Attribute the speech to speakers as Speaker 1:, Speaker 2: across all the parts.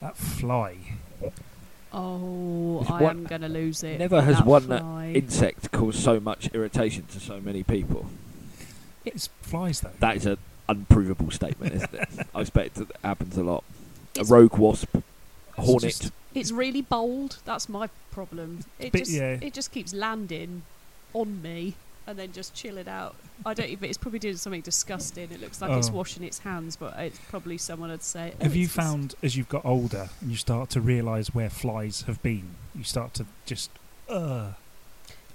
Speaker 1: That fly.
Speaker 2: Oh,
Speaker 3: It's
Speaker 2: I
Speaker 3: what-
Speaker 2: am going to lose it.
Speaker 3: Never
Speaker 2: with
Speaker 3: has
Speaker 2: that
Speaker 3: one that
Speaker 2: fly.
Speaker 3: Insect caused so much irritation to so many people.
Speaker 1: It's flies though.
Speaker 3: That is an unprovable statement, isn't it? I expect that happens a lot. A
Speaker 2: It's-
Speaker 3: rogue wasp, a
Speaker 1: It's
Speaker 3: hornet.
Speaker 1: just-
Speaker 2: It's really bold. That's my problem. It
Speaker 1: bit-
Speaker 2: just
Speaker 1: yeah.
Speaker 2: it just keeps landing on me and then just chilling out. I don't even. It's probably doing something disgusting. It looks like it's
Speaker 1: Oh.
Speaker 2: washing its hands, but it's probably someone had say. "Oh,
Speaker 1: Have you
Speaker 2: it's just-
Speaker 1: found as you've got older and you start to realise where flies have been, you start to just uh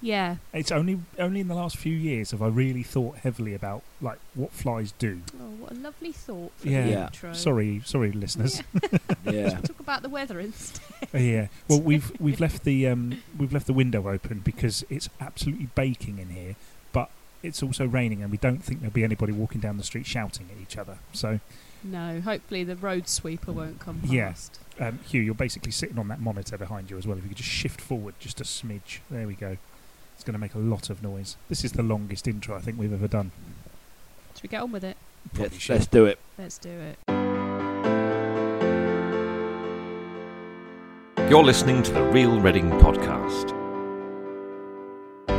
Speaker 2: Yeah.
Speaker 1: it's only only in the last few years have I really thought heavily about like what flies do.
Speaker 2: Oh, what a lovely thought. For
Speaker 1: Yeah.
Speaker 2: The
Speaker 3: Yeah.
Speaker 2: intro.
Speaker 1: Sorry, sorry, listeners.
Speaker 3: yeah.
Speaker 2: Talk about the weather instead.
Speaker 1: Yeah. Well, we've we've left the um we've left the window open because it's absolutely baking in here, but it's also raining and we don't think there'll be anybody walking down the street shouting at each other. So,
Speaker 2: No, hopefully the road sweeper won't come past.
Speaker 1: Yeah. um, Hugh, you're basically sitting on that monitor behind you as well. If you could just shift forward just a smidge, there we go. It's going to make a lot of noise. This is the longest intro I think we've ever done.
Speaker 2: Should we get on with it?
Speaker 1: Probably
Speaker 3: Let's,
Speaker 1: should.
Speaker 3: let's do it.
Speaker 2: Let's do it.
Speaker 4: You're listening to the Real Reading Podcast.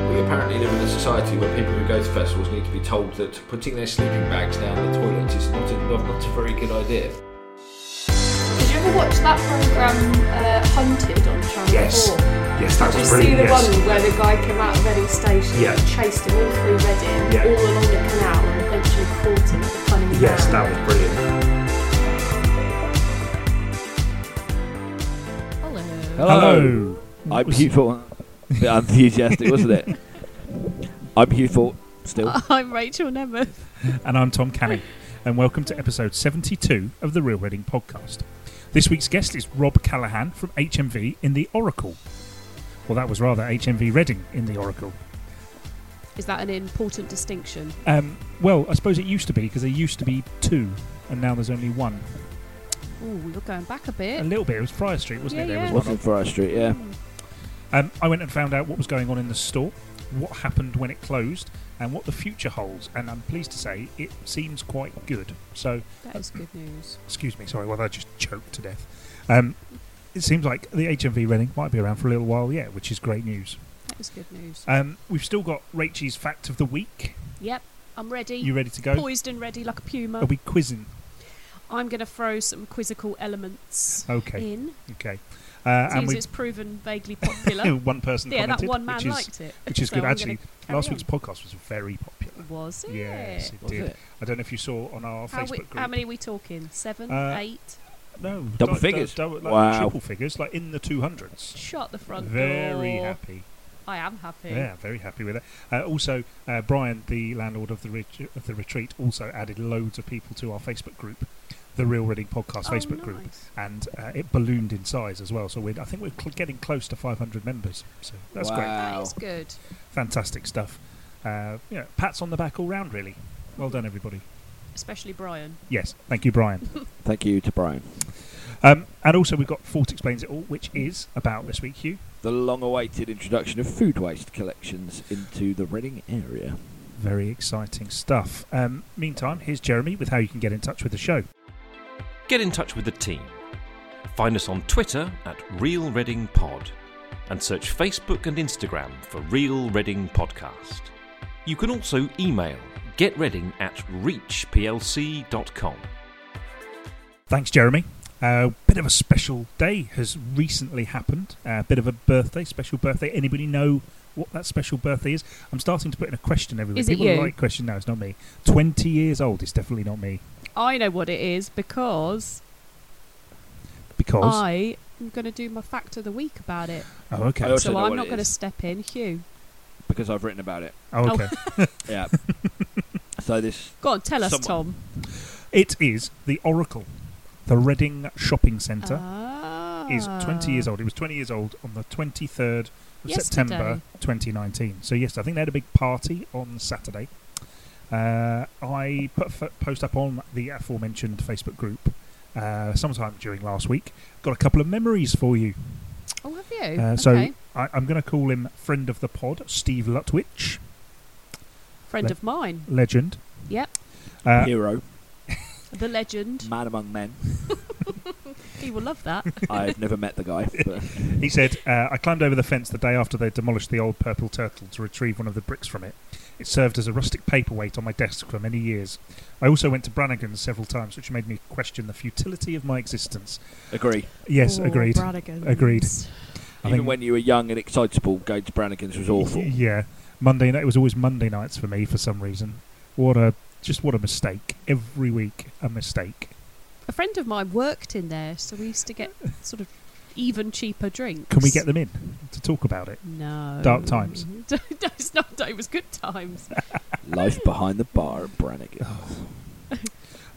Speaker 5: We apparently live in a society where people who go to festivals need to be told that putting their sleeping bags down the toilet is not a, not a very good idea.
Speaker 6: Did you ever watch that program uh, Hunted on Channel
Speaker 7: Yes.
Speaker 6: 4?
Speaker 7: Yes, that
Speaker 6: Did you
Speaker 7: was
Speaker 6: see
Speaker 7: brilliant.
Speaker 6: the
Speaker 7: yes.
Speaker 6: one where the guy came out of Reading Station
Speaker 7: Yeah.
Speaker 6: and chased him all through Reading,
Speaker 7: Yeah.
Speaker 6: all along the canal, and eventually caught him at the funny
Speaker 7: Yes, that was brilliant.
Speaker 2: Hello.
Speaker 1: Hello. What
Speaker 3: I'm
Speaker 1: was-
Speaker 3: Hugh Thorpe. A bit enthusiastic, wasn't it? I'm Hugh Thorpe, still.
Speaker 1: Oh.
Speaker 2: I'm Rachel Nemeth.
Speaker 1: and I'm Tom Canning, and welcome to episode 72 of the Real Reading Podcast. This week's guest is Rob Callahan from HMV in the Oracle. Well, that was rather HMV Reading in the Oracle.
Speaker 2: Is that an important distinction?
Speaker 1: Um, well, I suppose it used to be because there used to be two, and now there's only one.
Speaker 2: Oh, you're going back a bit.
Speaker 1: A little bit. It was Friar Street, wasn't it?
Speaker 2: Yeah,
Speaker 1: There
Speaker 2: yeah.
Speaker 1: was one.
Speaker 3: Wasn't Friar Street, yeah.
Speaker 2: Mm.
Speaker 1: Um, I went and found out what was going on in the store, what happened when it closed, and what the future holds. And I'm pleased to say it seems quite good. So,
Speaker 2: That is good news.
Speaker 1: excuse me, sorry, well, I just choked to death. Um, it seems like the HMV Reading might be around for a little while yet, which is great news.
Speaker 2: That is good news.
Speaker 1: Um, we've still got Rachie's Fact of the Week.
Speaker 2: Yep, I'm ready.
Speaker 1: You ready to go?
Speaker 2: Poised and ready like a puma.
Speaker 1: Are we quizzing?
Speaker 2: I'm going to throw some quizzical elements
Speaker 1: Okay,
Speaker 2: in.
Speaker 1: okay. Uh, and
Speaker 2: Since
Speaker 1: we
Speaker 2: it's proven vaguely popular.
Speaker 1: one person
Speaker 2: yeah, that
Speaker 1: commented,
Speaker 2: one man
Speaker 1: which is
Speaker 2: liked it.
Speaker 1: which is
Speaker 2: So
Speaker 1: good.
Speaker 2: I'm
Speaker 1: Actually,
Speaker 2: carry
Speaker 1: last
Speaker 2: on.
Speaker 1: week's podcast was very popular.
Speaker 2: Was it?
Speaker 1: Yes, it
Speaker 3: Was
Speaker 1: did.
Speaker 3: it?
Speaker 1: I don't know if you saw on our
Speaker 2: How,
Speaker 1: Facebook
Speaker 2: we-
Speaker 1: group.
Speaker 2: how many are we talking? Seven?
Speaker 1: Uh,
Speaker 2: eight?
Speaker 1: No,
Speaker 3: Double
Speaker 1: like-
Speaker 3: figures?
Speaker 1: dou- double- like
Speaker 3: Wow.
Speaker 1: triple figures, like in the two hundreds.
Speaker 2: Shut the front door.
Speaker 1: Very happy.
Speaker 2: I am happy.
Speaker 1: Yeah, very happy with it. Uh, also, uh, Brian, the landlord of the ret- of the retreat, also added loads of people to our Facebook group, the Real Reading Podcast
Speaker 2: Oh,
Speaker 1: Facebook group,
Speaker 2: nice.
Speaker 1: and uh, it ballooned in size as well. So we're, I think we're cl- getting close to 500 members. So that's great,
Speaker 2: That
Speaker 3: Wow.
Speaker 2: is good.
Speaker 1: fantastic stuff. Uh, yeah, pats on the back all round, really. Well done, everybody.
Speaker 2: Especially Brian.
Speaker 1: Yes, thank you, Brian.
Speaker 3: Thank you to Brian.
Speaker 1: Um, and also, we've got Fort Explains It All, which is about this week, Hugh.
Speaker 3: The long awaited introduction of food waste collections into the Reading area.
Speaker 1: Very exciting stuff. Um, meantime, here's Jeremy with how you can get in touch with the show.
Speaker 4: Get in touch with the team. Find us on Twitter at Real Reading Pod and search Facebook and Instagram for Real Reading Podcast. You can also email getreading at reachplc.com.
Speaker 1: Thanks, Jeremy. A uh, bit of a special day has recently happened. A bit of a birthday, special birthday. Anybody know what that special birthday is? I'm starting to put in a question every week.
Speaker 2: Is it
Speaker 1: People
Speaker 2: you?
Speaker 1: like question. No, it's not me. 20 years old is definitely not me
Speaker 2: I know what it is because
Speaker 1: because.
Speaker 2: I am going to do my fact of the week about it.
Speaker 1: oh, okay.
Speaker 3: I also
Speaker 2: so
Speaker 3: know
Speaker 2: I'm
Speaker 3: what
Speaker 2: not
Speaker 3: it
Speaker 2: going to
Speaker 3: is.
Speaker 2: step in. Hugh,
Speaker 3: Because I've written about it.
Speaker 1: Oh, okay.
Speaker 3: Yeah. so this.
Speaker 2: go on, tell us,
Speaker 3: Someone-
Speaker 2: Tom.
Speaker 1: It is the Oracle, the Reading Shopping Centre.
Speaker 2: Ah.
Speaker 1: is 20 years old. It was 20 years old on the 23rd of September 2019. So, yes, I think they had a big party on Saturday. Uh, I put a f- post up on the aforementioned Facebook group uh, sometime during last week. Got a couple of memories for you.
Speaker 2: Oh, have you?
Speaker 1: Uh, so-
Speaker 2: okay.
Speaker 1: I, I'm going to call him friend of the pod, Steve Lutwich,
Speaker 2: friend
Speaker 1: le-
Speaker 2: of mine,
Speaker 1: legend.
Speaker 2: Yep.
Speaker 1: Uh,
Speaker 3: Hero,
Speaker 2: the legend.
Speaker 3: man among men.
Speaker 2: He will love that.
Speaker 3: I've never met the guy. But
Speaker 1: He said, uh, I climbed over the fence the day after they demolished the old purple turtle to retrieve one of the bricks from it. It served as a rustic paperweight on my desk for many years. I also went to Brannigan's several times, which made me question the futility of my existence.
Speaker 3: agree.
Speaker 1: Yes,
Speaker 2: Or
Speaker 1: agreed.
Speaker 2: Bradigan's.
Speaker 1: Agreed. I
Speaker 3: Even
Speaker 1: think-
Speaker 3: when you were young and excitable, going to Brannigan's was awful.
Speaker 1: Yeah, Monday night. It was always Monday nights for me for some reason. What a just what a mistake every week. A mistake.
Speaker 2: A friend of mine worked in there, so we used to get sort of even cheaper drinks.
Speaker 1: Can we get them in to talk about it?
Speaker 2: No.
Speaker 1: Dark times.
Speaker 2: No, it's not. It was good times.
Speaker 3: Life behind the bar at Brannigan.
Speaker 1: Oh.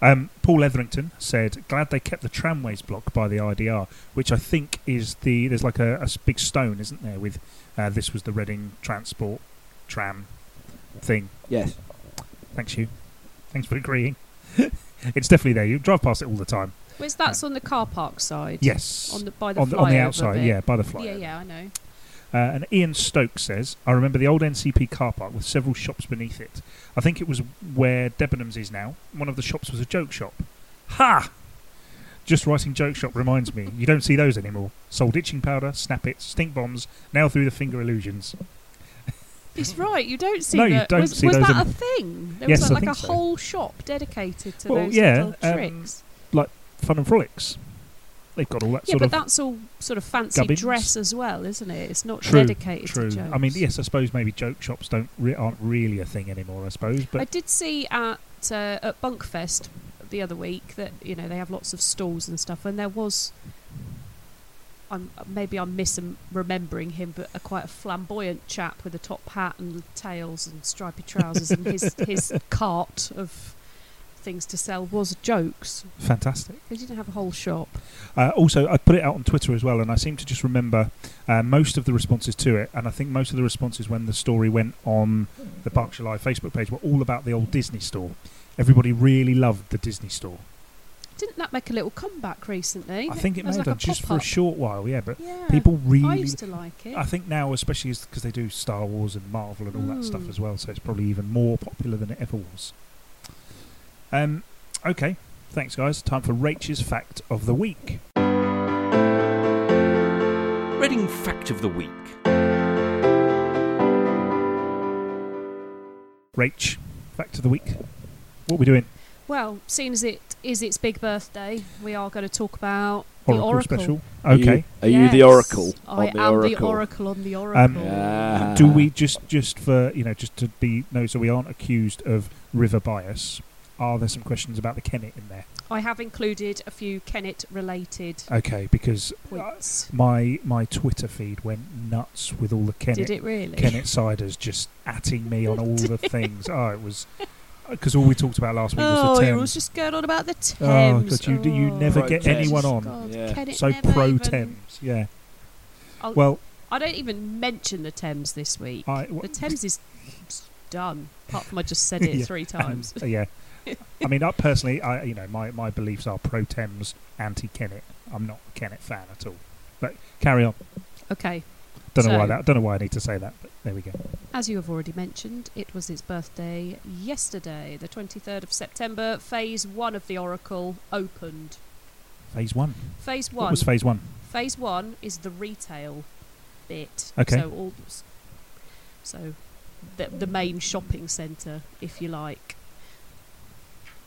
Speaker 1: Um, Paul Etherington said, "Glad they kept the tramways blocked by the IDR, which I think is the there's like a, a s- big stone, isn't there? With uh, this was the Reading Transport tram thing.
Speaker 3: Yes.
Speaker 1: Thanks you. Thanks for agreeing. it's definitely there. You drive past it all the time.
Speaker 2: Where's that's on the car park side?
Speaker 1: Yes,
Speaker 2: On the by the
Speaker 1: on the, on the
Speaker 2: flyover
Speaker 1: outside.
Speaker 2: bit.
Speaker 1: Yeah, by the flyover.
Speaker 2: Yeah, yeah, I know.
Speaker 1: Uh, and Ian Stokes says, I remember the old NCP car park with several shops beneath it. I think it was where Debenhams is now. One of the shops was a joke shop. Ha! Just writing joke shop reminds me. You don't see those anymore. Sold itching powder, snap it, stink bombs, now through the finger illusions.
Speaker 2: He's right. You don't see
Speaker 1: No, you
Speaker 2: that.
Speaker 1: don't
Speaker 2: was
Speaker 1: see
Speaker 2: was
Speaker 1: those
Speaker 2: that
Speaker 1: in-
Speaker 2: a thing? There
Speaker 1: Yes,
Speaker 2: was
Speaker 1: I
Speaker 2: like,
Speaker 1: think
Speaker 2: a
Speaker 1: so.
Speaker 2: whole shop dedicated to
Speaker 1: Well,
Speaker 2: those
Speaker 1: yeah,
Speaker 2: little
Speaker 1: um,
Speaker 2: tricks.
Speaker 1: Fun and frolics. They've got all that
Speaker 2: Yeah,
Speaker 1: sort
Speaker 2: but
Speaker 1: of.
Speaker 2: that's all sort of fancy
Speaker 1: gubbins.
Speaker 2: dress as well, isn't it? It's not
Speaker 1: True,
Speaker 2: dedicated
Speaker 1: True.
Speaker 2: to jokes.
Speaker 1: I mean, yes, I suppose maybe joke shops don't re- aren't really a thing anymore. I suppose, but
Speaker 2: I did see at uh, at Bunkfest the other week that you know they have lots of stalls and stuff, and there was. I'm, maybe I'm misremembering him, but a quite a flamboyant chap with a top hat and tails and stripy trousers, and his his cart of things to sell was jokes.
Speaker 1: fantastic.
Speaker 2: They didn't have a whole shop.
Speaker 1: Uh, also, I put it out on Twitter as well, and I seem to just remember uh, most of the responses to it. And I think most of the responses when the story went on the Berkshire Live Facebook page were all about the old Disney store. Everybody really loved the Disney store.
Speaker 2: Didn't that make a little comeback recently?
Speaker 1: I think it may
Speaker 2: was
Speaker 1: have done
Speaker 2: like a
Speaker 1: just for a
Speaker 2: pop-up.
Speaker 1: short while, yeah. But
Speaker 2: Yeah.
Speaker 1: people
Speaker 2: I
Speaker 1: really.
Speaker 2: used to like it.
Speaker 1: I think now, especially because they do Star Wars and Marvel and all that stuff
Speaker 2: Mm.
Speaker 1: as well, so it's probably even more popular than it ever was. Um, okay, thanks, guys. Time for Rach's fact of the week.
Speaker 4: Reading Fact of the Week.
Speaker 1: Rach, fact of the week. What are we doing?
Speaker 2: Well, seeing as it is its big birthday, we are going to talk about
Speaker 1: Oracle,
Speaker 2: the Oracle.
Speaker 1: special.
Speaker 3: Are you-
Speaker 1: Okay.
Speaker 3: Are you, the
Speaker 2: Yes,
Speaker 3: Oracle?
Speaker 2: I
Speaker 3: on the
Speaker 2: am
Speaker 3: Oracle?
Speaker 2: the Oracle on
Speaker 1: Um,
Speaker 2: the Oracle.
Speaker 3: Ah.
Speaker 1: Do we just just for you know just to be no so we aren't accused of river bias? Are there some questions about the Kennet in there?
Speaker 2: I have included a few Kennet-related
Speaker 1: Okay, because
Speaker 2: points.
Speaker 1: my my Twitter feed went nuts with all the
Speaker 2: Did
Speaker 1: Kennet
Speaker 2: it really?
Speaker 1: Kennet siders just atting me on all the things. Oh, it was because all we talked about last week was
Speaker 2: Oh,
Speaker 1: the
Speaker 2: you
Speaker 1: Thames.
Speaker 2: was just going on about the
Speaker 1: oh
Speaker 2: Thames.
Speaker 1: god, you d- you
Speaker 2: Oh,
Speaker 1: never
Speaker 3: Pro
Speaker 1: get
Speaker 3: Thames.
Speaker 1: anyone on.
Speaker 2: God,
Speaker 3: Yeah.
Speaker 2: Kennet
Speaker 1: So
Speaker 2: never
Speaker 1: pro
Speaker 2: even-
Speaker 1: Thames, yeah.
Speaker 2: I'll-
Speaker 1: Well,
Speaker 2: I don't even mention the Thames this week.
Speaker 1: I w-
Speaker 2: the Thames is done. Apart from I just said it
Speaker 1: Yeah,
Speaker 2: three
Speaker 1: and-
Speaker 2: times.
Speaker 1: uh, yeah. I mean, I personally, I you know, my, my beliefs are pro Thames, anti Kennet. I'm not a Kennet fan at all. But carry on.
Speaker 2: okay.
Speaker 1: Don't know why
Speaker 2: So-
Speaker 1: that. Don't know why I need to say that. But there we go.
Speaker 2: As you have already mentioned, it was its birthday yesterday, the 23rd of September. Phase 1 of the Oracle opened.
Speaker 1: Phase one.
Speaker 2: Phase 1.
Speaker 1: What was phase one?
Speaker 2: phase 1 is the retail bit.
Speaker 1: Okay.
Speaker 2: So all so the, the main shopping centre, if you like.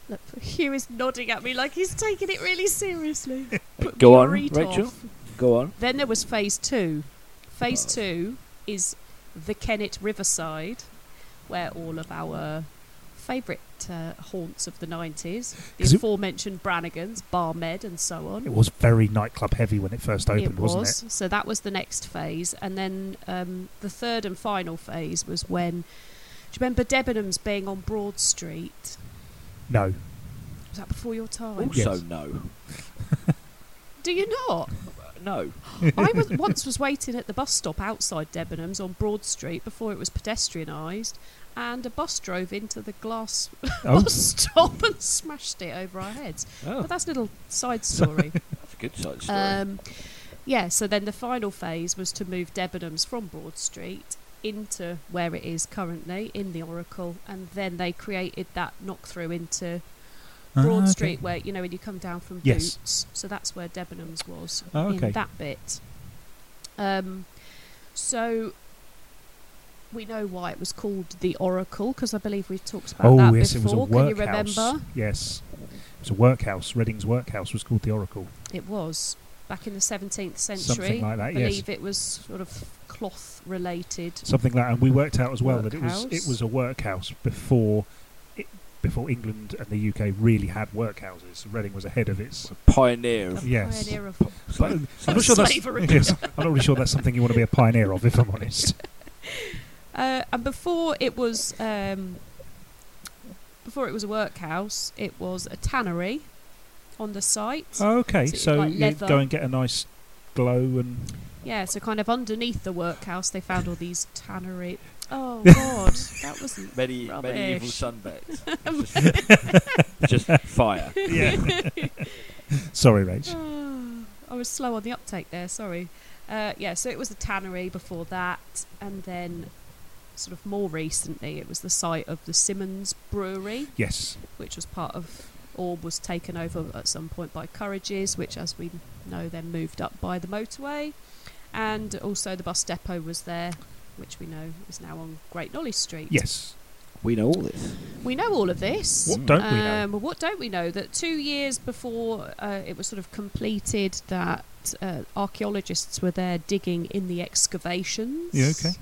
Speaker 2: Look, Hugh is nodding at me like he's taking it really seriously. Put
Speaker 3: Go
Speaker 2: me
Speaker 3: on,
Speaker 2: right
Speaker 3: Rachel.
Speaker 2: off.
Speaker 3: Go on.
Speaker 2: Then there was phase two. Phase
Speaker 3: Oh.
Speaker 2: two is the Kennet Riverside, where all of our favourite uh, haunts of the 90s,
Speaker 1: Is
Speaker 2: the
Speaker 1: it-
Speaker 2: aforementioned Brannigan's, Barmed, and so on.
Speaker 1: It was very nightclub heavy when it first opened,
Speaker 2: It was.
Speaker 1: not it?
Speaker 2: So that was the next phase. And then um, the third and final phase was when. Do you remember Debenhams being on Broad Street?
Speaker 1: No.
Speaker 2: Was that before your time?
Speaker 1: Yes.
Speaker 3: Also, no. Uh,
Speaker 2: Do you not?
Speaker 3: No.
Speaker 2: I was, once was waiting at the bus stop outside Debenhams on Broad Street before it was pedestrianised, and a bus drove into the glass
Speaker 1: Oh,
Speaker 2: bus stop and smashed it over our heads.
Speaker 3: Oh.
Speaker 2: But that's a little side story.
Speaker 3: That's a good side story.
Speaker 2: um, yeah, so then the final phase was to move Debenhams from Broad Street into where it is currently in the Oracle, and then they created that knock through into
Speaker 1: Ah,
Speaker 2: Broad
Speaker 1: okay.
Speaker 2: Street, where you know when you come down from
Speaker 1: Yes.
Speaker 2: Boots, so that's where Debenhams was
Speaker 1: Oh, okay.
Speaker 2: in that bit. Um, so we know why it was called the Oracle because I believe we've talked about
Speaker 1: Oh
Speaker 2: that
Speaker 1: yes, it was a
Speaker 2: before. Can you
Speaker 1: workhouse.
Speaker 2: remember?
Speaker 1: Yes, it was a workhouse. Reading's workhouse was called the Oracle.
Speaker 2: It was back in the 17th century.
Speaker 1: Something like
Speaker 2: I
Speaker 1: that. Yes,
Speaker 2: believe it was sort of cloth related.
Speaker 1: something like. And we worked out as well that it was
Speaker 2: Workhouse.
Speaker 1: it was a workhouse before it, before England and the UK really had workhouses. Reading was ahead of its.
Speaker 3: Pioneer.
Speaker 2: A
Speaker 3: of-
Speaker 1: Yes.
Speaker 2: pioneer of
Speaker 1: But I'm not sure that's.
Speaker 2: slavery.
Speaker 1: Yes, I'm not really sure that's something you want to be a pioneer of, if I'm honest.
Speaker 2: Uh, and before it was um, before it was a workhouse, it was a tannery on the site.
Speaker 1: Okay,
Speaker 2: So it's
Speaker 1: so
Speaker 2: like
Speaker 1: you
Speaker 2: leather.
Speaker 1: go and get a nice glow and
Speaker 2: Yeah, so kind of underneath the workhouse, they found all these tannery. Oh God, that wasn't.
Speaker 3: Medi- medieval
Speaker 2: Rubbish.
Speaker 3: sunbeds. just, just fire.
Speaker 1: yeah. Sorry, Rach.
Speaker 2: Oh, I was slow on the uptake there. Sorry. Uh, yeah, so it was the tannery before that, and then sort of more recently, it was the site of the Simmons Brewery.
Speaker 1: Yes,
Speaker 2: which was part of or was taken over at some point by Courages, which, as we know, then moved up by the motorway. And also the bus depot was there, which we know is now on Great Knowledge Street.
Speaker 1: yes.
Speaker 3: We know all this.
Speaker 2: We know all of this.
Speaker 1: What don't we know?
Speaker 2: Um, well, what don't we know? That two years before uh, it was sort of completed, that uh, archaeologists were there digging in the excavations.
Speaker 1: Yeah, okay.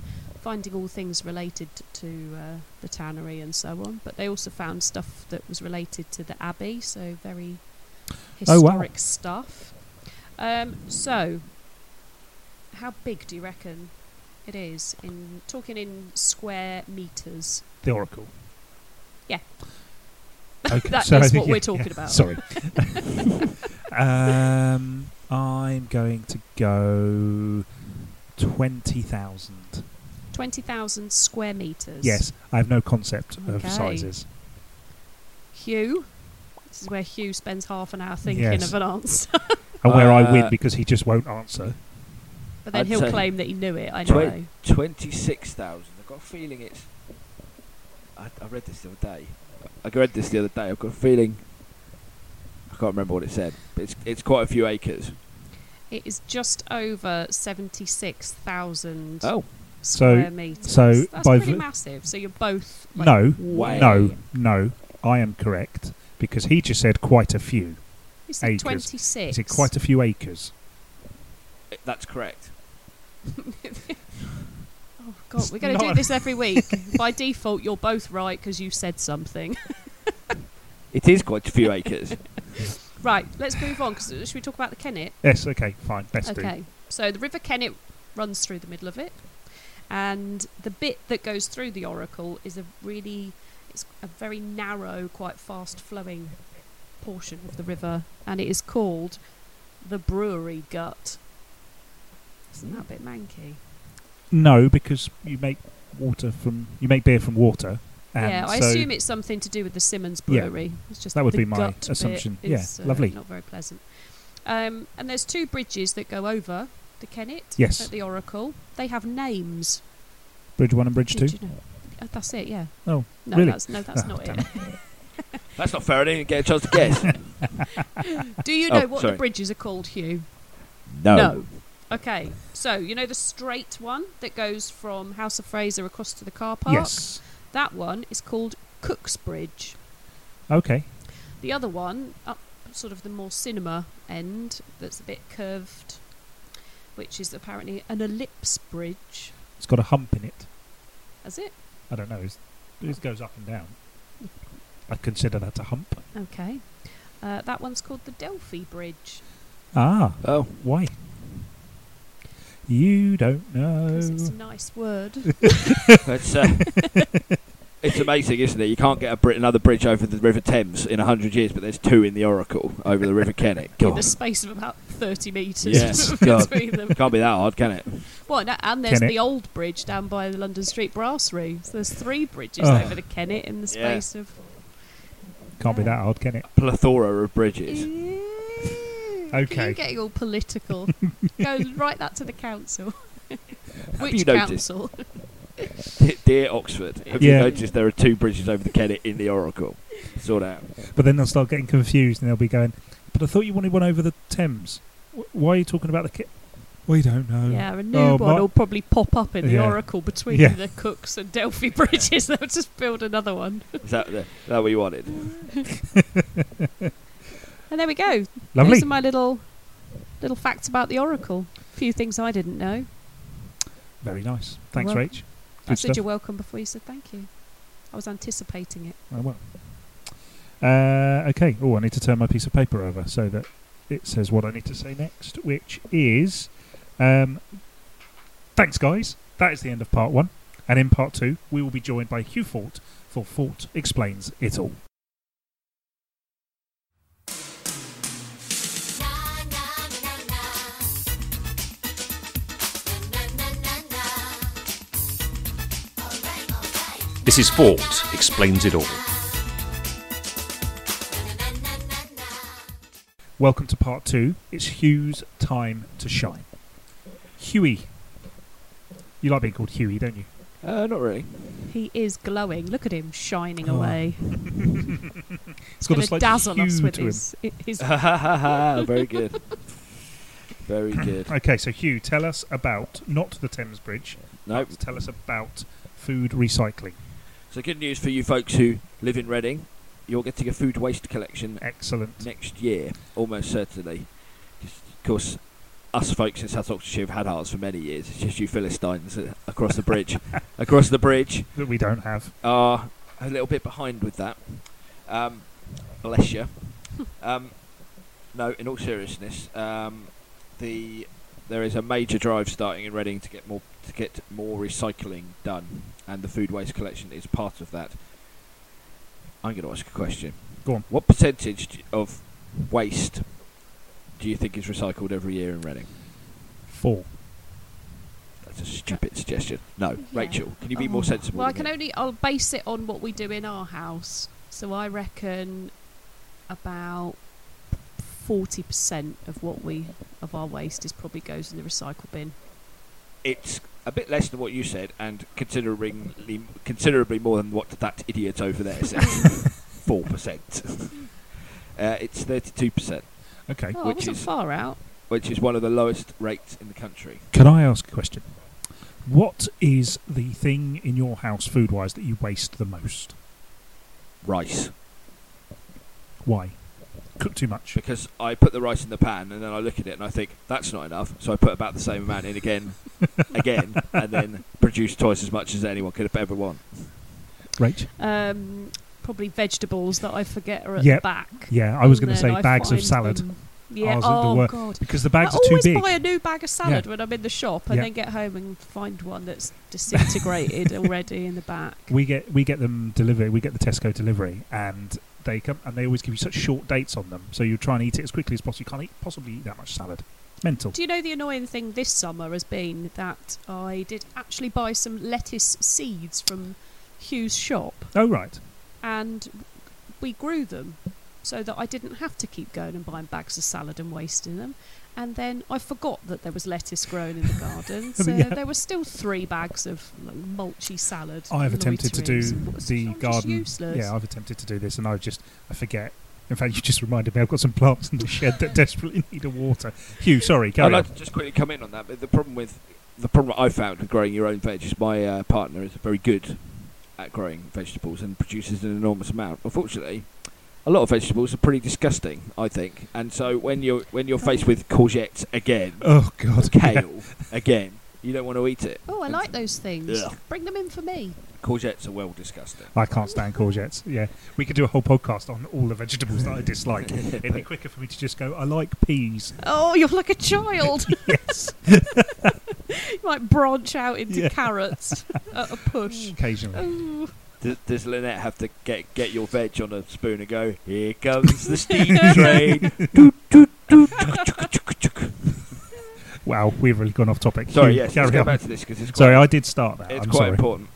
Speaker 2: Finding all things related to uh, the tannery and so on, but they also found stuff that was related to the abbey, so very
Speaker 1: Oh, wow.
Speaker 2: historic stuff. Um, so, how big do you reckon it is in talking in square meters?
Speaker 1: The Oracle.
Speaker 2: Yeah.
Speaker 1: Okay,
Speaker 2: That
Speaker 1: so I
Speaker 2: is
Speaker 1: think-
Speaker 2: what we're talking about.
Speaker 1: Sorry. um, I'm going to go 20,000.
Speaker 2: 20,000 square metres.
Speaker 1: Yes, I have no concept
Speaker 2: Okay.
Speaker 1: of sizes.
Speaker 2: Hugh. This is where Hugh spends half an hour thinking
Speaker 1: Yes.
Speaker 2: of an answer.
Speaker 1: And where I win
Speaker 3: Uh,
Speaker 1: because he just won't answer.
Speaker 2: but then
Speaker 3: I'd
Speaker 2: he'll
Speaker 3: say
Speaker 2: claim that he knew it. I know.
Speaker 3: twen- 26,000. I've got a feeling it's. I, I read this the other day. I read this the other day. I've got a feeling. I can't remember what it said, but it's, it's quite a few acres.
Speaker 2: It is just over 76,000
Speaker 3: Oh.
Speaker 2: square metres.
Speaker 1: so
Speaker 2: That's
Speaker 1: by
Speaker 2: pretty
Speaker 1: vi-
Speaker 2: massive. So you're both. Like,
Speaker 1: no,
Speaker 3: way.
Speaker 1: no, no. I am correct because he just said quite a few.
Speaker 2: You said
Speaker 1: acres.
Speaker 2: 26.
Speaker 1: He said quite a few acres.
Speaker 3: I- That's correct.
Speaker 2: Oh, God, we're going
Speaker 1: It's
Speaker 2: to do
Speaker 1: not-
Speaker 2: this every week. By default, you're both right because you said something.
Speaker 3: It is quite a few acres.
Speaker 2: right, let's move on because should we talk about the Kennet?
Speaker 1: Yes, okay, fine. Best do.
Speaker 2: Okay, so the River Kennet runs through the middle of it, and the bit that goes through the Oracle is a really, it's a very narrow, quite fast flowing portion of the river, and it is called the Brewery Gut. Isn't that a bit manky?
Speaker 1: No, because you make water from you make beer from water. And
Speaker 2: yeah, I
Speaker 1: so
Speaker 2: assume it's something to do with the Simmons
Speaker 1: Yeah.
Speaker 2: Brewery. It's just
Speaker 1: That would
Speaker 2: the
Speaker 1: be my
Speaker 2: gut bit
Speaker 1: assumption.
Speaker 2: is, uh,
Speaker 1: Yeah, lovely.
Speaker 2: Not very pleasant. Um, and there's two bridges that go over the Kennet
Speaker 1: Yes.
Speaker 2: at the Oracle. They have names.
Speaker 1: Bridge one and bridge two.
Speaker 2: Did you know? Uh, That's it, yeah.
Speaker 1: Oh,
Speaker 2: no,
Speaker 1: really?
Speaker 2: that's no, that's
Speaker 1: Ah,
Speaker 2: not
Speaker 1: damn
Speaker 2: it.
Speaker 3: That's not fair. I didn't even get a chance to guess.
Speaker 2: Do you
Speaker 3: Oh,
Speaker 2: know what
Speaker 3: sorry.
Speaker 2: the bridges are called, Hugh? Okay, so you know the straight one that goes from House of Fraser across to the car park.
Speaker 1: Yes.
Speaker 2: That one is called Cook's Bridge.
Speaker 1: Okay.
Speaker 2: The other one, up sort of the more cinema end, that's a bit curved, which is apparently an ellipse bridge.
Speaker 1: It's got a hump in it.
Speaker 2: Is it?
Speaker 1: I don't know. It's, it goes up and down. I consider that a hump.
Speaker 2: Okay. Uh, that one's called the Delphi Bridge
Speaker 1: Ah,
Speaker 3: Oh.
Speaker 1: why? You don't know.
Speaker 2: because it's a nice word.
Speaker 3: It's, uh, it's amazing, isn't it? You can't get a bri- another bridge over the River Thames in 100 years, but there's two in the Oracle over the River Kennet.
Speaker 2: in
Speaker 3: God.
Speaker 2: the space of about 30 metres
Speaker 3: Yes, God.
Speaker 2: between them.
Speaker 3: Can't be that hard, can it?
Speaker 2: Well, no, and there's
Speaker 1: Kennet.
Speaker 2: the old bridge down by the London Street Brasserie. So there's three bridges
Speaker 1: Oh.
Speaker 2: over the Kennet in the
Speaker 3: Yeah.
Speaker 2: space of.
Speaker 1: Can't be that hard, can it?
Speaker 3: Plethora of bridges.
Speaker 1: Okay.
Speaker 2: You're getting all political. Go write that to the council. Which
Speaker 3: you noticed?
Speaker 2: council?
Speaker 3: Dear Oxford, have
Speaker 1: Yeah.
Speaker 3: you noticed there are two bridges over the Kennet in the Oracle? sort it out.
Speaker 1: But then they'll start getting confused and they'll be going, But I thought you wanted one over the Thames. "Wh- Why are you talking about the kit? We don't know.
Speaker 2: Yeah, a new
Speaker 1: Oh,
Speaker 2: one
Speaker 1: my-
Speaker 2: will probably pop up in the
Speaker 1: Yeah.
Speaker 2: Oracle between
Speaker 1: Yeah.
Speaker 2: the Cooks and Delphi bridges. They'll just build another one.
Speaker 3: Is that, the, that what you wanted?
Speaker 2: And there we go.
Speaker 1: Lovely.
Speaker 2: Those are my little little facts about the Oracle. A few things I didn't know.
Speaker 1: Very nice. Thanks,
Speaker 2: Well,
Speaker 1: Rach.
Speaker 2: I
Speaker 1: Good
Speaker 2: said
Speaker 1: stuff.
Speaker 2: you're welcome before you said thank you. I was anticipating it.
Speaker 1: Oh, well. Uh, okay. Oh, I need to turn my piece of paper over so that it says what I need to say next, which is um, thanks, guys. That is the end of part one. And in part two, we will be joined by Hugh Fort for Fort Explains It All.
Speaker 4: This is Fort Explains It All.
Speaker 1: Welcome to part two. It's Hugh's time to shine. Huey. You like being called Huey, don't you?
Speaker 3: Uh, not really.
Speaker 2: He is glowing. Look at him shining
Speaker 1: Oh.
Speaker 2: away.
Speaker 1: It's got a
Speaker 2: Gonna
Speaker 1: slight
Speaker 2: dazzle us
Speaker 1: hue
Speaker 2: with
Speaker 1: to him.
Speaker 2: his, i- his
Speaker 3: Uh, Very good. Very good.
Speaker 1: Okay, so Hugh, tell us about not the Thames Bridge.
Speaker 3: Nope.
Speaker 1: Tell us about food recycling.
Speaker 3: So good news for you folks who live in Reading. You're getting a food waste collection
Speaker 1: Excellent.
Speaker 3: next year, almost certainly. 'Cause, Of course, us folks in South Oxfordshire have had ours for many years. It's just you Philistines uh, across the bridge. across the bridge
Speaker 1: That we don't have.
Speaker 3: are a little bit behind with that. Um, bless you. Um, no, in all seriousness, um, the there is a major drive starting in Reading to get more to get more recycling done, and the food waste collection is part of that. I'm going to ask a question.
Speaker 1: Go on.
Speaker 3: What percentage d- of waste do you think is recycled every year in Reading?
Speaker 1: Four.
Speaker 3: That's a stupid suggestion. No,
Speaker 2: Yeah.
Speaker 3: Rachel, can you be
Speaker 2: Oh.
Speaker 3: more sensible?
Speaker 2: Well, I
Speaker 3: than
Speaker 2: can
Speaker 3: me?
Speaker 2: only I'll base it on what we do in our house. So I reckon about forty percent of what we of our waste is probably goes in the recycle bin.
Speaker 3: it's a bit less than what you said, and considerably considerably more than what that idiot over there said. Four percent. Uh, it's thirty-two percent,
Speaker 1: Okay.
Speaker 2: Oh, I
Speaker 3: which
Speaker 2: wasn't
Speaker 3: is-
Speaker 2: far out.
Speaker 3: which is one of the lowest rates in the country.
Speaker 1: Can I ask a question? What is the thing in your house, food wise, that you waste the most?
Speaker 3: Rice,
Speaker 1: Why? Cook too much.
Speaker 3: because I put the rice in the pan, and then I look at it and I think that's not enough, so I put about the same amount in again, again, and then produce twice as much as anyone could have ever won.
Speaker 1: Rach?
Speaker 2: Um, probably vegetables that I forget are at
Speaker 1: Yep.
Speaker 2: the back.
Speaker 1: Yeah, I was
Speaker 2: and
Speaker 1: going to
Speaker 2: then
Speaker 1: say
Speaker 2: I
Speaker 1: bags of
Speaker 2: find
Speaker 1: salad
Speaker 2: them- Yeah.
Speaker 1: Ours are the
Speaker 2: Oh
Speaker 1: wor-
Speaker 2: God.
Speaker 1: because the bags
Speaker 2: I
Speaker 1: are too
Speaker 2: always
Speaker 1: big.
Speaker 2: buy a new bag of salad
Speaker 1: Yeah.
Speaker 2: when I'm in the shop, and
Speaker 1: Yeah.
Speaker 2: then get home and find one that's disintegrated already in the back.
Speaker 1: we get we get them delivery. We get the Tesco delivery, and they come and they always give you such short dates on them. So you try and eat it as quickly as possible. You can't eat, possibly eat that much salad. It's mental.
Speaker 2: Do you know the annoying thing this summer has been that I did actually buy some lettuce seeds from Hugh's shop
Speaker 1: Oh right,
Speaker 2: and we grew them so that I didn't have to keep going and buying bags of salad and wasting them. And then I forgot that there was lettuce grown in the garden, so
Speaker 1: Oh, Yeah.
Speaker 2: there were still three bags of like, mulchy salad.
Speaker 1: I have attempted to do
Speaker 2: loiterings. What's-
Speaker 1: the
Speaker 2: I'm just
Speaker 1: garden.
Speaker 2: useless.
Speaker 1: Yeah, I've attempted to do this, and I just I forget. In fact, you just reminded me. I've got some plants in the shed that desperately need a water. Hugh, sorry,
Speaker 3: I'd
Speaker 1: carry on.
Speaker 3: like to just quickly come in on that. But the problem with the problem I found with growing your own veg is my uh, partner is very good at growing vegetables and produces an enormous amount. Unfortunately, a lot of vegetables are pretty disgusting. I think, and so when you're when you're faced with courgettes again,
Speaker 1: Oh God, yeah.
Speaker 3: kale again, you don't want to eat it.
Speaker 2: Oh, I like those things.
Speaker 3: Ugh.
Speaker 2: Bring them in for me.
Speaker 3: Courgettes are well disgusting.
Speaker 1: I can't stand courgettes. Yeah, we could do a whole podcast on all the vegetables that I dislike. It'd be quicker for me to just go. I like peas.
Speaker 2: Oh, you're like a child.
Speaker 1: Yes,
Speaker 2: You might branch out into
Speaker 1: Yeah.
Speaker 2: carrots at a push.
Speaker 1: occasionally.
Speaker 2: Ooh.
Speaker 3: Does, does Lynette have to get get your veg on a spoon and go? Here comes the steam train. Toot, toot, toot, chuk, chuk, chuk, chuk.
Speaker 1: Wow, we've really gone off topic.
Speaker 3: Sorry,
Speaker 1: Hugh,
Speaker 3: yes.
Speaker 1: carry
Speaker 3: Let's go
Speaker 1: on.
Speaker 3: back to this because it's quite
Speaker 1: Sorry, I did start that.
Speaker 3: It's
Speaker 1: I'm
Speaker 3: quite
Speaker 1: sorry.
Speaker 3: important.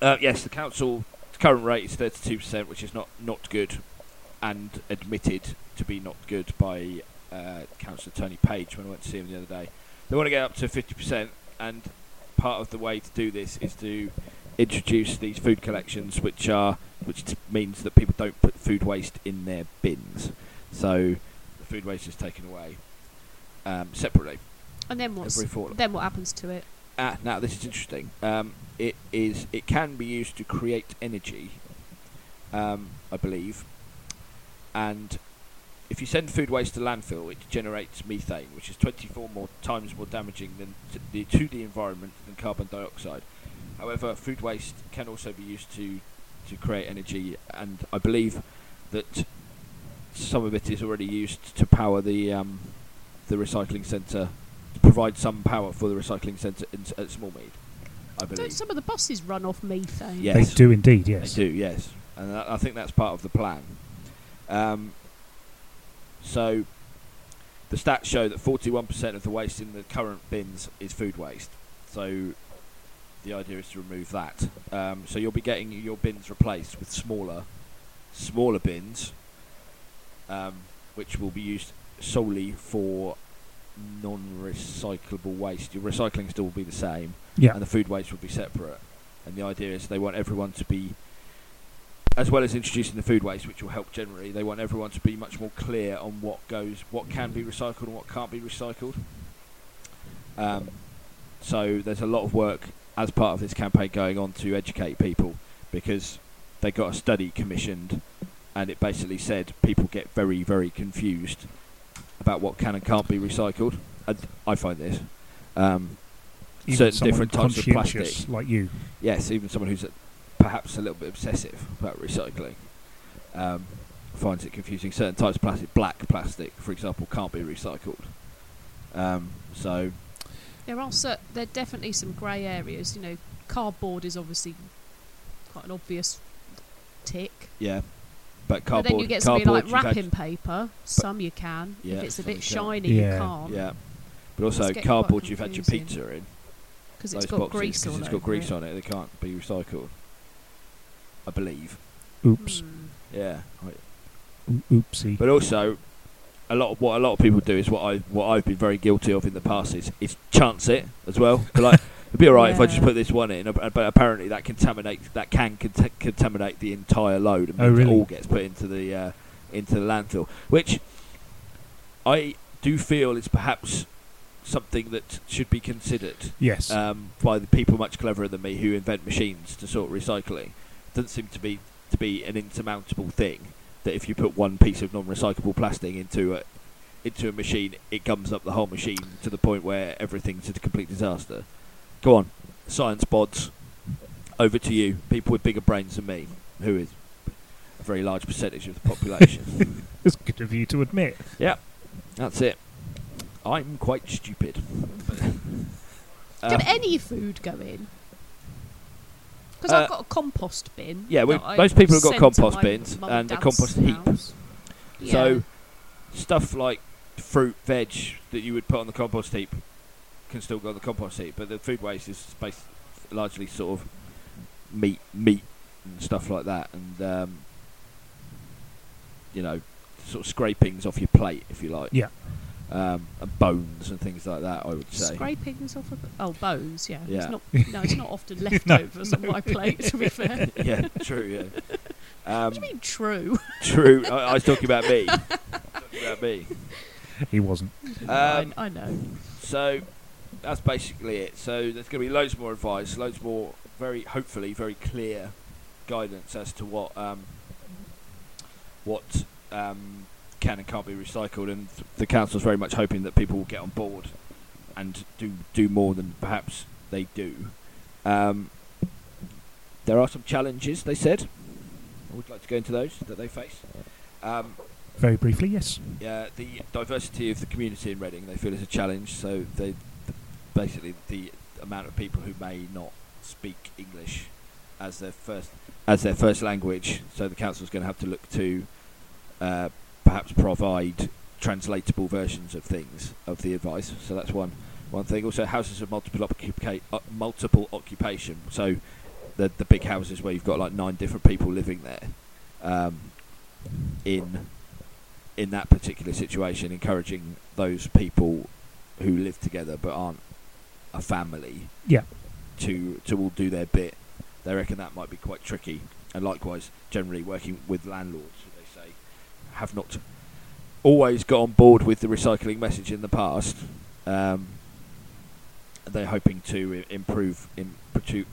Speaker 3: Uh, yes, the council the current rate is thirty-two percent, which is not not good, and admitted to be not good by uh, Councillor Tony Page when I went to see him the other day. They want to get up to fifty percent, and part of the way to do this is to introduce these food collections, which are which t- means that people don't put food waste in their bins. So the food waste is taken away um, separately
Speaker 2: And then what's
Speaker 3: every fortnight.
Speaker 2: then what happens to it?
Speaker 3: Ah, now this is interesting. Um, it is. It can be used to create energy, um, I believe. And if you send food waste to landfill, it generates methane, which is 24 more times more damaging than to the, to the environment than carbon dioxide. However, food waste can also be used to to create energy, and I believe that some of it is already used to power the um, the recycling centre to provide some power for the recycling centre in, at Smallmead, I
Speaker 2: Don't
Speaker 3: believe.
Speaker 2: some of the buses run off methane?
Speaker 3: Yeah. Yes.
Speaker 1: They do indeed, yes.
Speaker 3: They do, yes, and I I think that's part of the plan. Um, so, the stats show that 41% of the waste in the current bins is food waste. So, the idea is to remove that. Um, so you'll be getting your bins replaced with smaller, smaller bins, um, which will be used solely for non-recyclable waste. Your recycling still will be the same,
Speaker 1: Yeah.
Speaker 3: and the food waste will be separate. And the idea is they want everyone to be, as well as introducing the food waste, which will help generally, they want everyone to be much more clear on what goes, what can be recycled and what can't be recycled. Um, so there's a lot of work as part of this campaign going on to educate people because they got a study commissioned and it basically said people get very, very confused about what can and can't be recycled. And I find this. Um,
Speaker 1: Even
Speaker 3: certain
Speaker 1: someone
Speaker 3: different types of
Speaker 1: conscientious
Speaker 3: plastic.
Speaker 1: Like you.
Speaker 3: yes, even someone who's perhaps a little bit obsessive about recycling um, finds it confusing. Certain types of plastic, black plastic, for example, can't be recycled. Um, so,
Speaker 2: There are cer there are definitely some grey areas. You know, cardboard is obviously quite an obvious tick.
Speaker 3: yeah.
Speaker 2: But
Speaker 3: But cardboard,
Speaker 2: then you get something
Speaker 3: cardboard
Speaker 2: like
Speaker 3: you've had-
Speaker 2: wrapping paper. Some you can.
Speaker 3: Yeah,
Speaker 2: if it's a
Speaker 3: some
Speaker 2: bit
Speaker 3: you can.
Speaker 2: shiny,
Speaker 1: Yeah.
Speaker 2: you can't.
Speaker 3: Yeah. But also
Speaker 2: It's getting quite
Speaker 3: cardboard you've had your
Speaker 2: confusing.
Speaker 3: pizza in.
Speaker 2: Because
Speaker 3: those
Speaker 2: it's got
Speaker 3: boxes
Speaker 2: grease
Speaker 3: 'cause
Speaker 2: all
Speaker 3: it's
Speaker 2: over
Speaker 3: got grease
Speaker 2: it.
Speaker 3: on it. They can't be recycled. I believe.
Speaker 1: Oops.
Speaker 2: Hmm.
Speaker 3: Yeah. Right.
Speaker 1: O- Oopsie.
Speaker 3: But also, a lot of what a lot of people do is what I what I've been very guilty of in the past is, is chance it as well. They're like it'd be all right if I just
Speaker 2: Yeah.
Speaker 3: put this one in, ab- but apparently that contaminates that can cont- contaminate the entire load and
Speaker 1: Oh,
Speaker 3: means
Speaker 1: really?
Speaker 3: it all gets put into the uh, into the landfill, which I do feel is perhaps something that should be considered
Speaker 1: yes.
Speaker 3: um, by the people much cleverer than me who invent machines to sort recycling. Doesn't seem to be to be an insurmountable thing that if you put one piece of non-recyclable plastic into a into a machine, it gums up the whole machine to the point where everything's a complete disaster. Go on, science bods. Over to you, people with bigger brains than me, who is a very large percentage of the population.
Speaker 1: it's good of you to admit.
Speaker 3: That's it. I'm quite stupid. Um,
Speaker 2: Can any food go in? Because
Speaker 3: uh,
Speaker 2: I've got a compost bin.
Speaker 3: yeah, we-
Speaker 2: that I
Speaker 3: most people have got
Speaker 2: send to
Speaker 3: compost
Speaker 2: my
Speaker 3: bins
Speaker 2: mum and
Speaker 3: and a
Speaker 2: dad's
Speaker 3: compost heap.
Speaker 2: house. Yeah.
Speaker 3: So stuff like fruit, veg that you would put on the compost heap can still go on the compost heap, but the food waste is based largely sort of meat, meat and stuff like that, and um, you know, sort of scrapings off your plate, if you like.
Speaker 1: Yeah.
Speaker 3: Um, and bones and things like that, I would say.
Speaker 2: Scrapings off of oh bones, yeah.
Speaker 3: Yeah.
Speaker 2: It's not, no, it's not often leftovers on my plate. To be fair,
Speaker 3: yeah, true. Yeah. Um,
Speaker 2: I mean true.
Speaker 3: true. I, I was talking about me. I was talking about me.
Speaker 1: He wasn't.
Speaker 3: Um,
Speaker 2: I, I know.
Speaker 3: So that's basically it. So there's going to be loads more advice, loads more very hopefully very clear guidance as to what um, what um, can and can't be recycled, and th- the council's very much hoping that people will get on board and do do more than perhaps they do. Um, there are some challenges, they said. I would like to go into those that they face. Um,
Speaker 1: Very briefly, yes.
Speaker 3: yeah, the diversity of the community in Reading they feel is a challenge. So they the, basically the amount of people who may not speak English as their first as their first language. So the council's going to have to look to uh, perhaps provide translatable versions of things of the advice. So that's one one thing. Also, houses of multiple occupa- uh, multiple occupation. So the the big houses where you've got like nine different people living there. Um, in in that particular situation, encouraging those people who live together but aren't a family,
Speaker 1: Yeah.
Speaker 3: to to all do their bit. They reckon that might be quite tricky and likewise, generally working with landlords, who they say, have not always got on board with the recycling message in the past. Um, they're hoping to i- improve im- to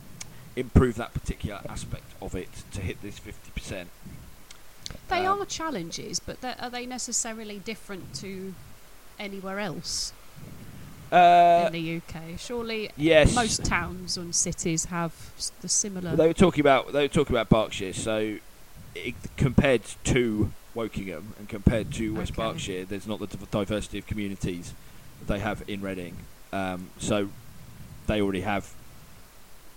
Speaker 3: improve that particular aspect of it to hit this 50%.
Speaker 2: They
Speaker 3: Um,
Speaker 2: are challenges, but they're- are they necessarily different to anywhere else
Speaker 3: Uh,
Speaker 2: in the UK? Surely
Speaker 3: yes.
Speaker 2: most towns and cities have s- the similar.
Speaker 3: Well, they were talking about they were talking about Berkshire. So it, compared to Wokingham and compared to West
Speaker 2: Okay.
Speaker 3: Berkshire, there's not the div- diversity of communities that they have in Reading. Um, so they already have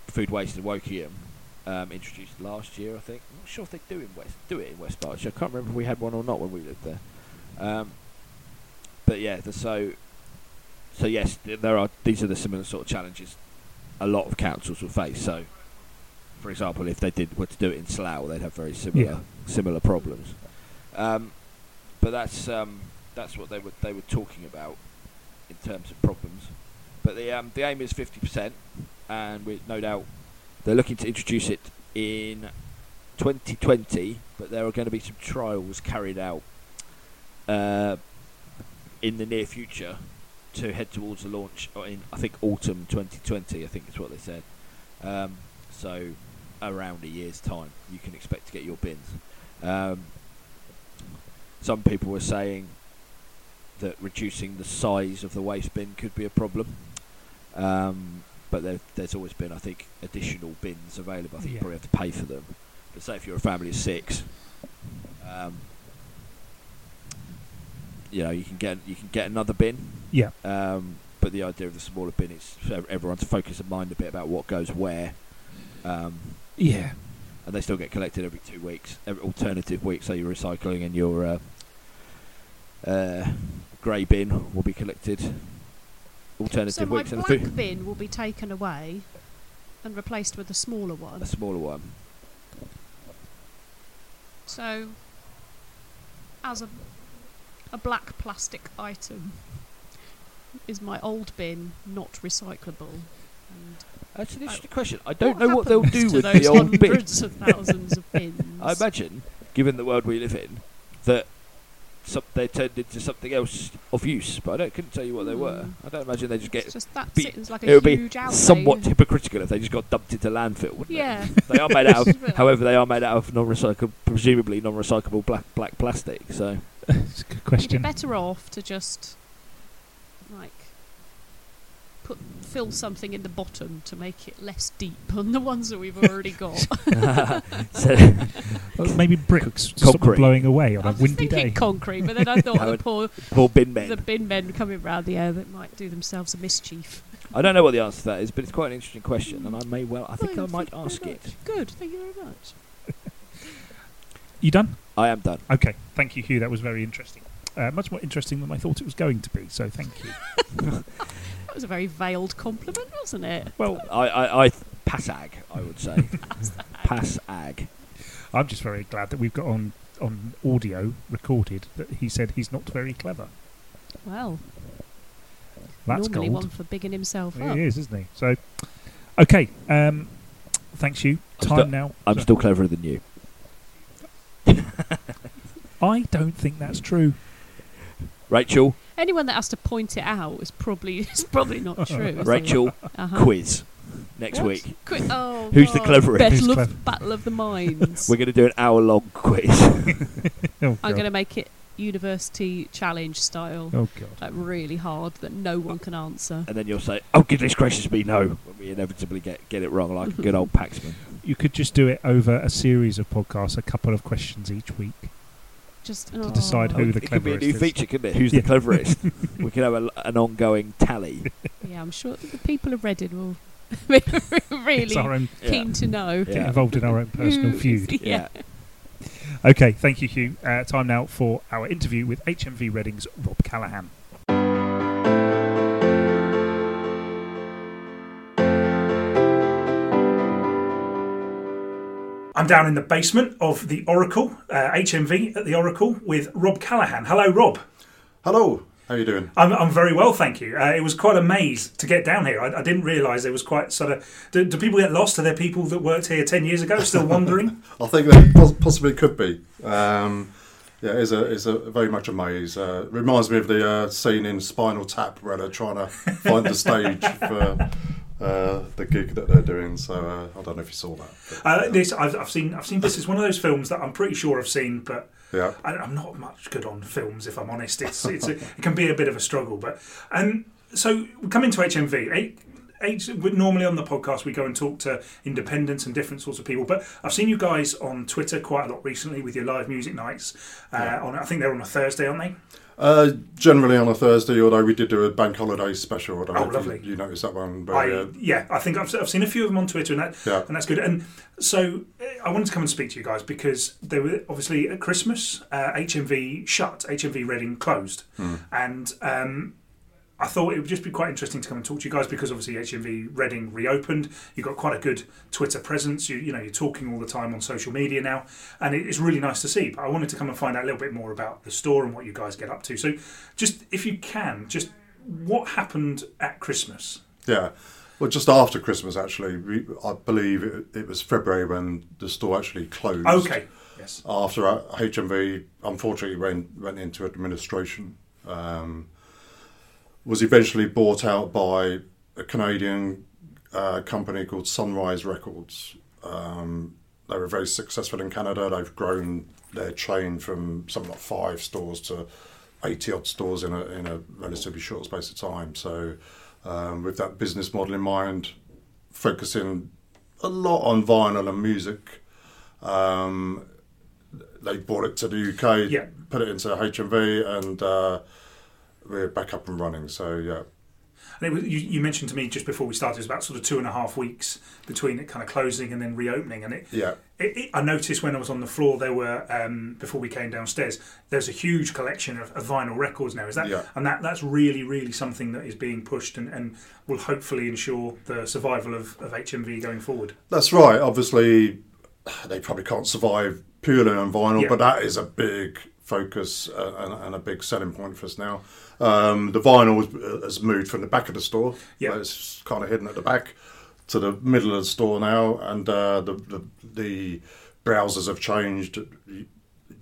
Speaker 3: food waste in Wokingham. Um, introduced last year, I think. I'm not sure if they do in West do it in West Berkshire. I can't remember if we had one or not when we lived there. Um, but yeah, the, so so yes, th- there are these are the similar sort of challenges a lot of councils will face. So, for example, if they did were to do it in Slough, they'd have very similar
Speaker 1: Yeah.
Speaker 3: similar problems. Um, but that's um, that's what they were they were talking about in terms of problems. But the um, the aim is fifty percent, and we no doubt they're looking to introduce it in 2020. But there are going to be some trials carried out uh, in the near future to head towards the launch uh, in I think autumn 2020. I think is what they said. Um, so around a year's time, you can expect to get your bins. Um, some people were saying that reducing the size of the waste bin could be a problem. Um, but there, there's always been, I think, additional bins available. I think you
Speaker 1: Yeah.
Speaker 3: probably have to pay for them. But say if you're a family of six, um, you know you can get you can get another bin.
Speaker 1: Yeah.
Speaker 3: Um, but the idea of the smaller bin is for everyone to focus their mind a bit about what goes where. Um,
Speaker 1: Yeah.
Speaker 3: and they still get collected every two weeks, every alternative week. So your recycling and your uh, uh, grey bin will be collected alternative
Speaker 2: so my
Speaker 3: weeks. and
Speaker 2: black
Speaker 3: the food-
Speaker 2: bin will be taken away and replaced with a smaller one.
Speaker 3: a smaller one.
Speaker 2: So, as a a black plastic item, is my old bin not recyclable? And
Speaker 3: That's an
Speaker 2: I-
Speaker 3: interesting question. I don't know what they'll
Speaker 2: happens
Speaker 3: do
Speaker 2: to
Speaker 3: with
Speaker 2: those
Speaker 3: the old bin.
Speaker 2: hundreds of thousands of bins.
Speaker 3: I imagine, given the world we live in, that some, they turned into something else of use. But I don't, couldn't tell you what they were.
Speaker 2: Hmm.
Speaker 3: I don't imagine they just
Speaker 2: It's
Speaker 3: get.
Speaker 2: just that
Speaker 3: be-
Speaker 2: sentence like
Speaker 3: It
Speaker 2: a
Speaker 3: would be
Speaker 2: huge outlay.
Speaker 3: somewhat hypocritical if they just got dumped into landfill, wouldn't it?
Speaker 2: Yeah.
Speaker 3: they are made out of,
Speaker 2: But-
Speaker 3: however, they are made out of non-recyclable, presumably non-recyclable black black plastic. So
Speaker 1: It's a good
Speaker 2: You'd be
Speaker 1: question.
Speaker 2: better off to just like put fill something in the bottom to make it less deep on the ones that we've already got.
Speaker 3: So-
Speaker 1: Well, Uh, maybe bricks stop
Speaker 3: Concrete.
Speaker 1: blowing away on
Speaker 2: I
Speaker 1: a
Speaker 2: was
Speaker 1: windy
Speaker 2: thinking
Speaker 1: day.
Speaker 2: concrete, but then I thought the
Speaker 3: Howard.
Speaker 2: poor
Speaker 3: poor bin men.
Speaker 2: the bin men coming round the air that might do themselves a mischief.
Speaker 3: I don't know what the answer to that is, but it's quite an interesting question, and I may well. I think
Speaker 2: Well,
Speaker 3: I might
Speaker 2: thank you
Speaker 3: ask
Speaker 2: very
Speaker 3: it.
Speaker 2: much. Good, thank you very much.
Speaker 1: You done?
Speaker 3: I am done.
Speaker 1: Okay. Thank you, Hugh. That was very interesting. Uh, much more interesting than I thought it was going to be. So thank you.
Speaker 2: That was a very veiled compliment, wasn't it?
Speaker 1: Well,
Speaker 3: I I, I th- pass ag. I would say pass ag.
Speaker 1: I'm just very glad that we've got on on audio recorded that he said he's not very clever.
Speaker 2: Well,
Speaker 1: That's
Speaker 2: normally
Speaker 1: gold.
Speaker 2: one for bigging himself up.
Speaker 1: He is, isn't he? So, okay. Um, thanks, you.
Speaker 3: I'm
Speaker 1: Time
Speaker 3: still-
Speaker 1: now.
Speaker 3: I'm
Speaker 1: Sorry.
Speaker 3: still cleverer than you.
Speaker 1: I don't think that's true.
Speaker 3: Rachel,
Speaker 2: Anyone that has to point it out is probably is probably not true. is it?
Speaker 3: Rachel,
Speaker 2: Uh-huh.
Speaker 3: quiz next
Speaker 2: What?
Speaker 3: week.
Speaker 2: Qui- oh,
Speaker 3: Who's the
Speaker 2: God.
Speaker 3: cleverest?
Speaker 2: Battle,
Speaker 1: Who's
Speaker 2: of,
Speaker 1: clever?
Speaker 2: Battle of the Minds.
Speaker 3: We're going to do an hour long quiz.
Speaker 1: Oh,
Speaker 2: I'm
Speaker 1: God.
Speaker 2: going to make it university challenge style,
Speaker 1: Oh, God.
Speaker 2: like really hard that no one can answer.
Speaker 3: And then you'll say, "Oh goodness gracious me, no!" When we inevitably get, get it wrong, like a good old Paxman.
Speaker 1: You could just do it over a series of podcasts, a couple of questions each week.
Speaker 2: Just
Speaker 1: To decide
Speaker 2: oh,
Speaker 1: who the
Speaker 3: it could be a
Speaker 1: cleverest
Speaker 3: new
Speaker 1: is.
Speaker 3: feature, couldn't it? Who's
Speaker 1: Yeah.
Speaker 3: the cleverest? we could have a, an ongoing tally.
Speaker 2: Yeah, I'm sure that the people of Reading will be
Speaker 1: It's
Speaker 2: really Mm.
Speaker 1: our own
Speaker 2: keen to know.
Speaker 1: get
Speaker 3: Yeah.
Speaker 1: involved in our own personal
Speaker 2: who is-
Speaker 1: feud.
Speaker 2: Yeah.
Speaker 1: Okay, thank you, Hugh. Uh, time now for our interview with HMV Reading's Rob Callahan.
Speaker 7: I'm down in the basement of the Oracle, uh, HMV at the Oracle, with Rob Callahan. Hello, Rob.
Speaker 8: Hello. How are you doing?
Speaker 1: I'm, I'm very well, thank you. Uh, it was quite a maze to get down here. I, I didn't realise it was quite sort of. Do, do people get lost? Are there people that worked here 10 years ago still wandering?
Speaker 8: I think that pos- possibly could be. Um, yeah, it's a it's a very much a maze. Uh, reminds me of the uh, scene in Spinal Tap where they're trying to find the stage for uh, the gig that they're doing. So uh, I don't know if you saw that. but,
Speaker 1: Uh,
Speaker 8: yeah.
Speaker 1: this I've, I've seen. I've seen this. It's one of those films that I'm pretty sure I've seen, but
Speaker 8: yeah,
Speaker 1: I, I'm not much good on films, if I'm honest. It's, it's a, it can be a bit of a struggle. But um, so coming to HMV, eight, eight, we- normally on the podcast we go and talk to independents and different sorts of people. But I've seen you guys on Twitter quite a lot recently with your live music nights. Uh, On I think they're on a Thursday, aren't they?
Speaker 8: Uh, generally on a Thursday, although we did do a bank holiday special. I don't
Speaker 1: Oh,
Speaker 8: know if you-
Speaker 1: lovely.
Speaker 8: You, noticed that one? But,
Speaker 1: I,
Speaker 8: uh,
Speaker 1: yeah, I think I've, I've seen a few of them on Twitter, and that
Speaker 8: Yeah.
Speaker 1: and that's good. And so uh, I wanted to come and speak to you guys because they were obviously at Christmas, uh, HMV shut, HMV Reading closed, and um, I thought it would just be quite interesting to come and talk to you guys because obviously HMV Reading reopened. You've got quite a good Twitter presence. You you know you're talking all the time on social media now, and it, it's really nice to see. But I wanted to come and find out a little bit more about the store and what you guys get up to. So just if you can, just what happened at Christmas?
Speaker 8: Yeah. Well, just after Christmas, actually, we, I believe it, it was February when the store actually closed.
Speaker 1: Okay. Yes.
Speaker 8: After uh, HMV, unfortunately, went, went into administration, um, was eventually bought out by a Canadian uh, company called Sunrise Records. Um, they were very successful in Canada. They've grown their chain from something like five stores to 80 odd stores in a, in a relatively short space of time. So, um, with that business model in mind, focusing a lot on vinyl and music, um, they brought it to the UK,
Speaker 1: Yeah.
Speaker 8: put it into HMV, and uh, we're back up and running. So, yeah.
Speaker 1: And it was, you, you mentioned to me just before we started, it was about sort of two and a half weeks between it kind of closing and then reopening. And it,
Speaker 8: Yeah.
Speaker 1: it, it I noticed when I was on the floor, there were um, before we came downstairs, there's a huge collection of, of vinyl records now. Is that
Speaker 8: Yeah.
Speaker 1: and that that's really really something that is being pushed and, and will hopefully ensure the survival of, of HMV going forward.
Speaker 8: That's right. Obviously, they probably can't survive purely on vinyl,
Speaker 1: Yeah.
Speaker 8: but that is a big focus uh, and, and a big selling point for us now. Um, the vinyl has- has moved from the back of the store. Uh,
Speaker 1: Yeah.
Speaker 8: It's kind of hidden at the back to the middle of the store now, and uh, the, the the browsers have changed. You,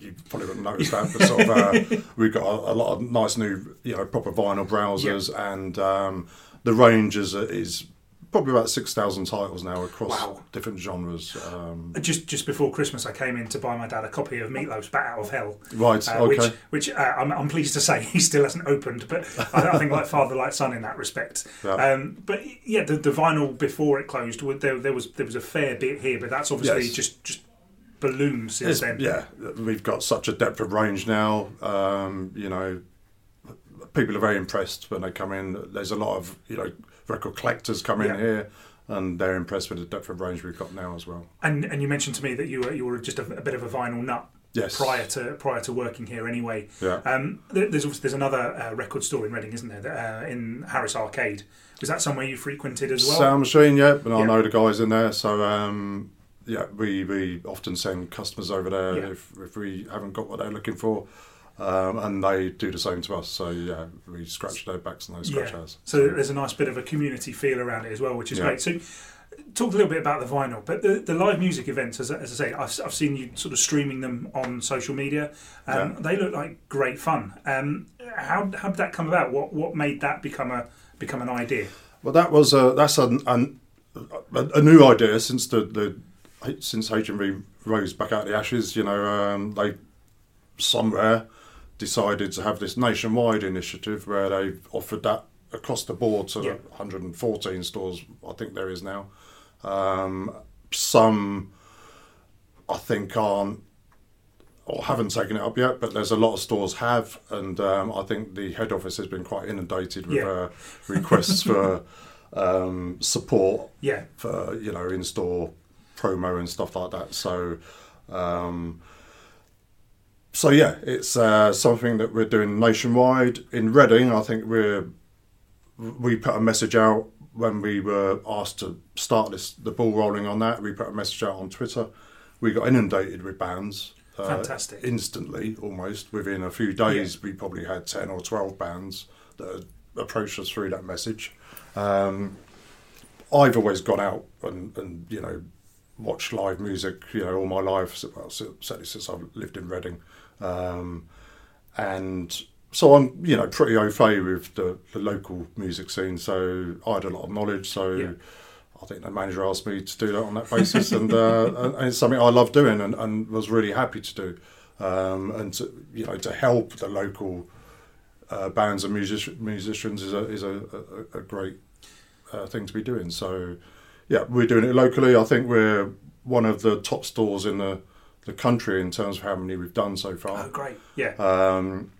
Speaker 8: you probably wouldn't notice that, but sort of, uh, we've got a, a lot of nice new, you know, proper vinyl browsers, and um, the range is, is probably about six thousand titles now across
Speaker 1: Wow.
Speaker 8: different genres. Um,
Speaker 1: Just just before Christmas, I came in to buy my dad a copy of Meatloaf's Bat Out of Hell.
Speaker 8: Right,
Speaker 1: uh,
Speaker 8: okay.
Speaker 1: Which, which uh, I'm, I'm pleased to say he still hasn't opened, but I, I think like father, like son in that respect.
Speaker 8: Yeah.
Speaker 1: Um, but yeah, the, the vinyl before it closed, wa- there, there was there was a fair bit here, but that's obviously
Speaker 8: Yes.
Speaker 1: just just ballooned since then.
Speaker 8: yeah, we've got such a depth of range now. Um, you know, people are very impressed when they come in. There's a lot of you know record collectors come in
Speaker 1: Yeah.
Speaker 8: here, and they're impressed with the depth of range we've got now as well.
Speaker 1: And and you mentioned to me that you were you were just a, a bit of a vinyl nut.
Speaker 8: Yes.
Speaker 1: Prior to prior to working here, anyway.
Speaker 8: Yeah.
Speaker 1: Um, there- there's obviously, there's another uh, record store in Reading, isn't there? That, uh, in Harris Arcade. Was that somewhere you frequented as well?
Speaker 8: Sound machine, yeah, but I
Speaker 1: Yeah.
Speaker 8: know the guys in there, so um, yeah, we, we often send customers over there
Speaker 1: Yeah.
Speaker 8: if, if we haven't got what they're looking for, um, and they do the same to us. So yeah, we scratch their backs and they scratch ours.
Speaker 1: So there's a nice bit of a community feel around it as well, which is
Speaker 8: Yeah.
Speaker 1: great. So talk a little bit about the vinyl, but the, the live music events, as, I- as I say, I've, I've seen you sort of streaming them on social media. Um,
Speaker 8: Yeah.
Speaker 1: They look like great fun. Um, how, how did that come about? What what made that become a become an idea?
Speaker 8: Well, that was a that's an, an a, a new idea since the, the since HMV rose back out of the ashes. You know, um, they somewhere decided to have this nationwide initiative where they offered that across the board to
Speaker 1: Yeah.
Speaker 8: the 114 stores. I think there is now. Um, some, I think, aren't or haven't taken it up yet, but there's a lot of stores have, and um, I think the head office has been quite inundated with
Speaker 1: Yeah.
Speaker 8: uh, requests for um, support
Speaker 1: Yeah.
Speaker 8: for you know in store promo and stuff like that. So, um, so yeah, it's uh, something that we're doing nationwide in Reading. I think we're we put a message out when we were asked to start this the ball rolling on that. We put a message out on Twitter. We got inundated with bands uh,
Speaker 7: Fantastic.
Speaker 8: instantly, almost within a few days. We probably had ten or twelve bands that had approached us through that message. Um, I've always gone out and, and you know watched live music, you know, all my life. so- Well, so- certainly since I've lived in Reading, um, and so I'm you know pretty au fait with the, the local music scene. So I had a lot of knowledge. So.
Speaker 7: Yeah.
Speaker 8: I think the manager asked me to do that on that basis, and, uh, and and it's something I love doing and, and was really happy to do, um, and to, you know to help the local uh, bands and music- musicians is a is a, a, a great uh, thing to be doing. So yeah, we're doing it locally. I think we're one of the top stores in the the country in terms of how many we've done so far.
Speaker 7: Oh, great. Yeah.
Speaker 8: Um,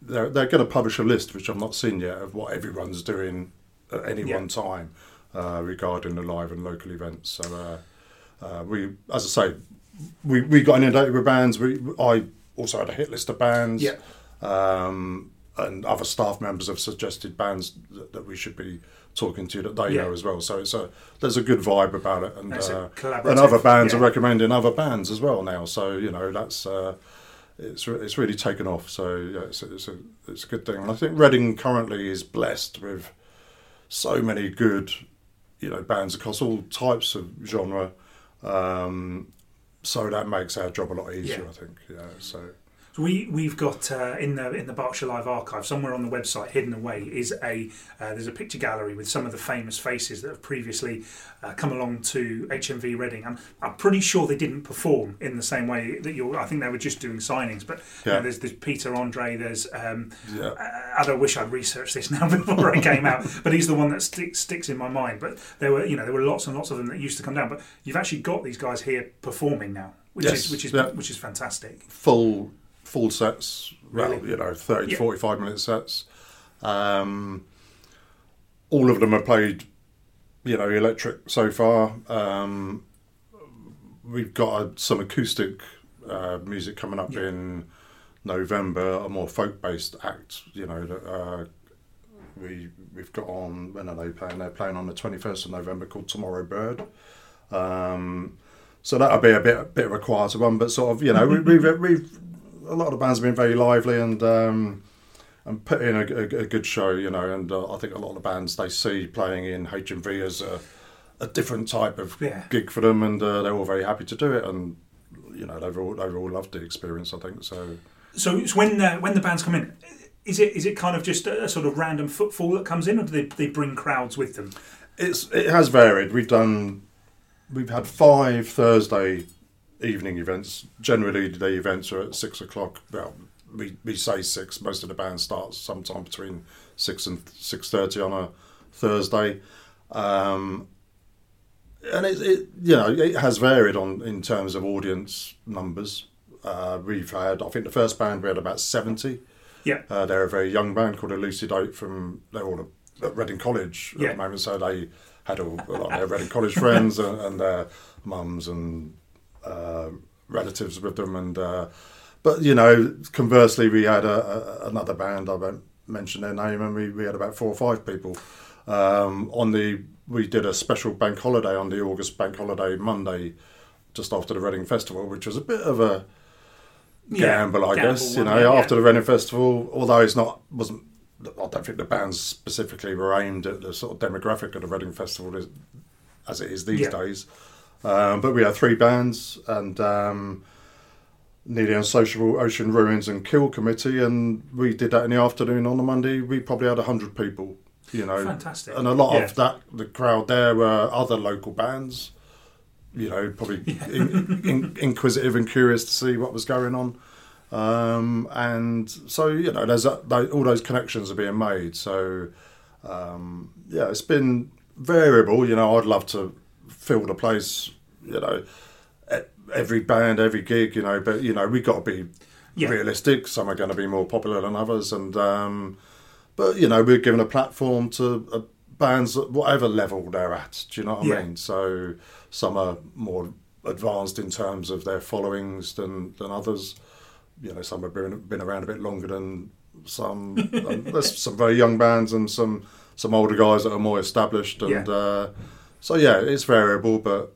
Speaker 8: they're they're going to publish a list, which I've not seen yet, of what everyone's doing at any
Speaker 7: Yeah.
Speaker 8: one time uh, regarding the live and local events. So uh, uh, we, as I say, we, we got inundated with bands. We I also had a hit list of bands.
Speaker 7: Yeah.
Speaker 8: Um, and other staff members have suggested bands that, that we should be talking to that they
Speaker 7: Yeah.
Speaker 8: know as well. So it's a there's a good vibe about it, and
Speaker 7: That's a
Speaker 8: uh,
Speaker 7: collaborative-
Speaker 8: and other bands
Speaker 7: yeah.
Speaker 8: are recommending other bands as well now. So you know that's uh, it's re- it's really taken off. So yeah, it's it's a it's a good thing. And I think Reading currently is blessed with so many good you know bands across all types of genre. Um, so that makes our job a lot easier,
Speaker 7: Yeah.
Speaker 8: I think. Yeah. So
Speaker 7: So we we've got uh, in the in the Berkshire Live archive somewhere on the website hidden away is a uh, there's a picture gallery with some of the famous faces that have previously uh, come along to HMV Reading. I'm I'm pretty sure they didn't perform in the same way that you. are I think they were just doing signings. But you know,
Speaker 8: Yeah.
Speaker 7: there's there's Peter Andre. There's um,
Speaker 8: Yeah.
Speaker 7: I, I don't wish I'd researched this now before I came out, but he's the one that sticks sticks in my mind. But there were you know there were lots and lots of them that used to come down. But you've actually got these guys here performing now, which
Speaker 8: Yes,
Speaker 7: is which is
Speaker 8: yeah.
Speaker 7: which is fantastic.
Speaker 8: full full sets well
Speaker 7: Really?
Speaker 8: you know 30
Speaker 7: Yeah.
Speaker 8: 45 minute sets um all of them are played you know electric so far um we've got uh, some acoustic uh, music coming up in november a more folk based act you know that uh we we've got on when are they playing they're playing on the 21st of november called tomorrow bird um so that'll be a bit a bit of a quieter one, but sort of you know we, we've we've a lot of the bands have been very lively and um, and put in a, a- a good show, you know. And uh, I think a lot of the bands they see playing in HMV as a, a different type of
Speaker 7: Yeah.
Speaker 8: gig for them, and uh, they're all very happy to do it, and you know they've all they've all loved the experience. I think so.
Speaker 7: So it's when the, when the bands come in. Is it is it kind of just a, a sort of random footfall that comes in, or do they, they bring crowds with them?
Speaker 8: It's it has varied. We've done we've had five Thursday evening events. Generally, the events are at six o'clock. Well, we, we say six. Most of the band starts sometime between six and six thirty on a Thursday, um, and it, it you know it has varied on in terms of audience numbers. Uh, we've had I think the first band we had about seventy.
Speaker 7: Yeah,
Speaker 8: Uh, they're a very young band called Elucid Oak from they're all at Reading College at
Speaker 7: Yeah.
Speaker 8: the moment, so they had all, a lot of their Reading College friends and, and their mums and uh, relatives with them, and uh, but you know, conversely, we had a, a, another band I won't mention their name, and we, we had about four or five people um, on the. We did a special bank holiday on the August bank holiday Monday, just after the Reading Festival, which was a bit of a gamble, I
Speaker 7: Gamble
Speaker 8: guess.
Speaker 7: one,
Speaker 8: you know,
Speaker 7: yeah, yeah.
Speaker 8: after the Reading Festival, although it's not wasn't. I don't think the bands specifically were aimed at the sort of demographic of the Reading Festival as, as it is these
Speaker 7: Yeah.
Speaker 8: days. Um, but we had three bands and um, Nearly Unsociable, Ocean Ruins, and Kill Committee, and we did that in the afternoon on the Monday. We probably had hundred people, you know,
Speaker 7: Fantastic.
Speaker 8: and a lot
Speaker 7: Yeah.
Speaker 8: of that the crowd there were other local bands you know, probably in, in, inquisitive and curious to see what was going on. Um, and so, you know, there's a, tho- all those connections are being made. So, um, yeah, it's been variable. You know, I'd love to fill the place, you know, e- every band, every gig, you know, but, you know, we got to be
Speaker 7: Yeah.
Speaker 8: realistic. Some are going to be more popular than others. And, um, but, you know, we're given a platform to uh, bands at whatever level they're at. Do you know what I
Speaker 7: Yeah.
Speaker 8: mean? So some are more advanced in terms of their followings than, than others. You know, some have been, been around a bit longer than some. and there's some very young bands and some some uh, older guys that are more established. And
Speaker 7: Yeah.
Speaker 8: uh, so yeah, it's variable, but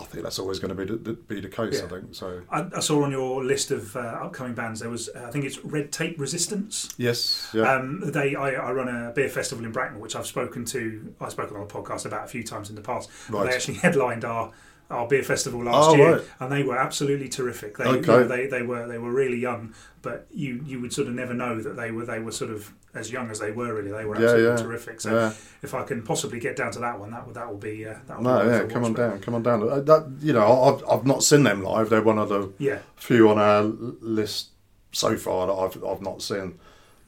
Speaker 8: I think that's always going to be the, be the case. I
Speaker 1: Yeah.
Speaker 8: think so.
Speaker 1: I, I saw on your list of uh, upcoming bands there was uh, I think it's Red Tape Resistance.
Speaker 8: Yes. Yeah.
Speaker 1: Um, they I, I run a beer festival in Bracknell, which I've spoken to I spoken on the podcast about a few times in the past.
Speaker 8: Right.
Speaker 1: They actually headlined our our beer festival last
Speaker 8: Oh,
Speaker 1: year,
Speaker 8: right.
Speaker 1: and they were absolutely terrific. They, you
Speaker 8: Okay.
Speaker 1: know, they they were they were really young, but you you would sort of never know that they were they were sort of as young as they were. Really, they were
Speaker 8: Yeah,
Speaker 1: absolutely
Speaker 8: yeah.
Speaker 1: terrific. So
Speaker 8: yeah.
Speaker 1: if I can possibly get down to that one, that would that will be uh, that will
Speaker 8: No.
Speaker 1: be worth
Speaker 8: Yeah.
Speaker 1: a
Speaker 8: Come
Speaker 1: watch,
Speaker 8: on
Speaker 1: but-
Speaker 8: down. Come on down. Uh, That you know, I've I've not seen them live. They're one of the
Speaker 1: Yeah,
Speaker 8: few on our l- list so far that I've I've not seen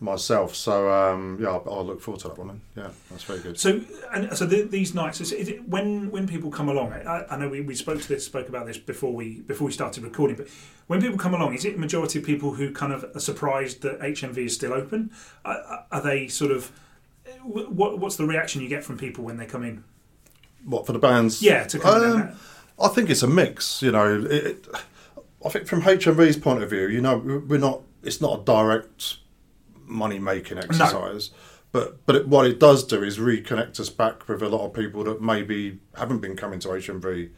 Speaker 8: myself. So um, yeah, I'll, I'll look forward to that one. Then. Yeah, that's very good.
Speaker 1: So, and so the, these nights, is, is it, when when people come along, I, I know we, we spoke to this, spoke about this before we before we started recording, but when people come along, is it majority of people who kind of are surprised that HMV is still open? Are, are they sort of wh- what what's the reaction you get from people when they come in?
Speaker 8: What for the bands?
Speaker 1: Yeah, to come in.
Speaker 8: Um,
Speaker 1: and that.
Speaker 8: I think it's a mix. You know, it, it, I think from HMV's point of view, you know, we're not. It's not a direct money making exercise, but but it, what it does do is reconnect us back with a lot of people that maybe haven't been coming to HMV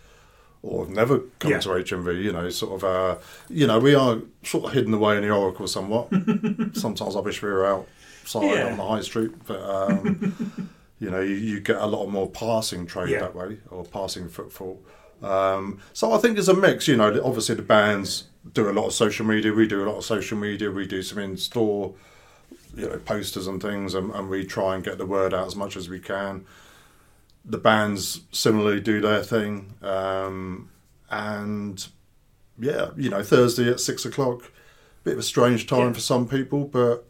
Speaker 8: or have never come
Speaker 1: Yeah.
Speaker 8: to HMV. You know, sort of. Uh, you know, we are sort of hidden away in the Oracle somewhat. Sometimes I wish we were outside
Speaker 1: Yeah.
Speaker 8: on the high street, but. Um, you know, you, you get a lot more passing trade
Speaker 1: Yeah.
Speaker 8: that way or passing footfall. Um, so I think it's a mix. You know, obviously the bands do a lot of social media. We do a lot of social media. We do some in store, you know, posters and things, and, and we try and get the word out as much as we can. The bands similarly do their thing, um, and yeah, you know, Thursday at six o'clock, bit of a strange time
Speaker 1: Yeah.
Speaker 8: for some people, but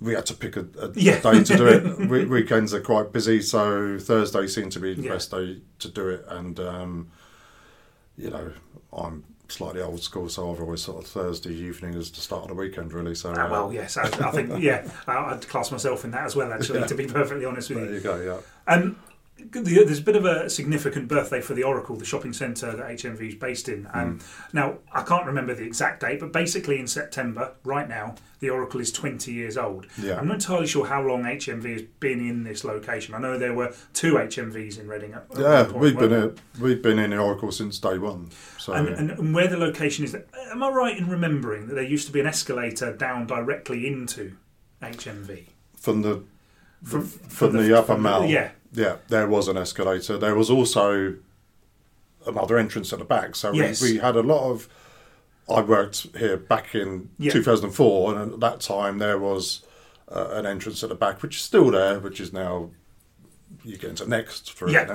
Speaker 8: we had to pick a, a, a
Speaker 1: Yeah.
Speaker 8: day to do it. we, weekends are quite busy, so Thursday seemed to be the
Speaker 1: Yeah.
Speaker 8: best day to do it. And um, you know, I'm slightly old school, so I've always sort of Thursday evening is the start of the weekend, really. So
Speaker 1: Ah,
Speaker 8: uh,
Speaker 1: well, yes, I, I think yeah, I, I'd class myself in that as well. Actually, to be perfectly honest with you,
Speaker 8: there you go. Yeah.
Speaker 1: Um, the, there's a bit of a significant birthday for the Oracle, the shopping centre that HMV is based in. Um,
Speaker 8: Hmm.
Speaker 1: Now, I can't remember the exact date, but basically in September, right now, the Oracle is 20 years old.
Speaker 8: Yeah.
Speaker 1: I'm not entirely sure how long HMV has been in this location. I know there were two HMVs in Reading. At, at one
Speaker 8: Yeah,
Speaker 1: point,
Speaker 8: we've been
Speaker 1: weren't
Speaker 8: in, we've been in the Oracle since day one. So
Speaker 1: and, and, and where the location is, am I right in remembering that there used to be an escalator down directly into HMV?
Speaker 8: from the from, from
Speaker 1: the-
Speaker 8: the, upper
Speaker 1: from the-
Speaker 8: mall,
Speaker 1: yeah.
Speaker 8: yeah, there was an escalator. There was also another entrance at the back. So
Speaker 1: Yes.
Speaker 8: we, we had a lot of. I worked here back in
Speaker 1: Yeah.
Speaker 8: 2004, and at that time there was uh, an entrance at the back, which is still there, which is now you get into next for
Speaker 1: Yeah.
Speaker 8: it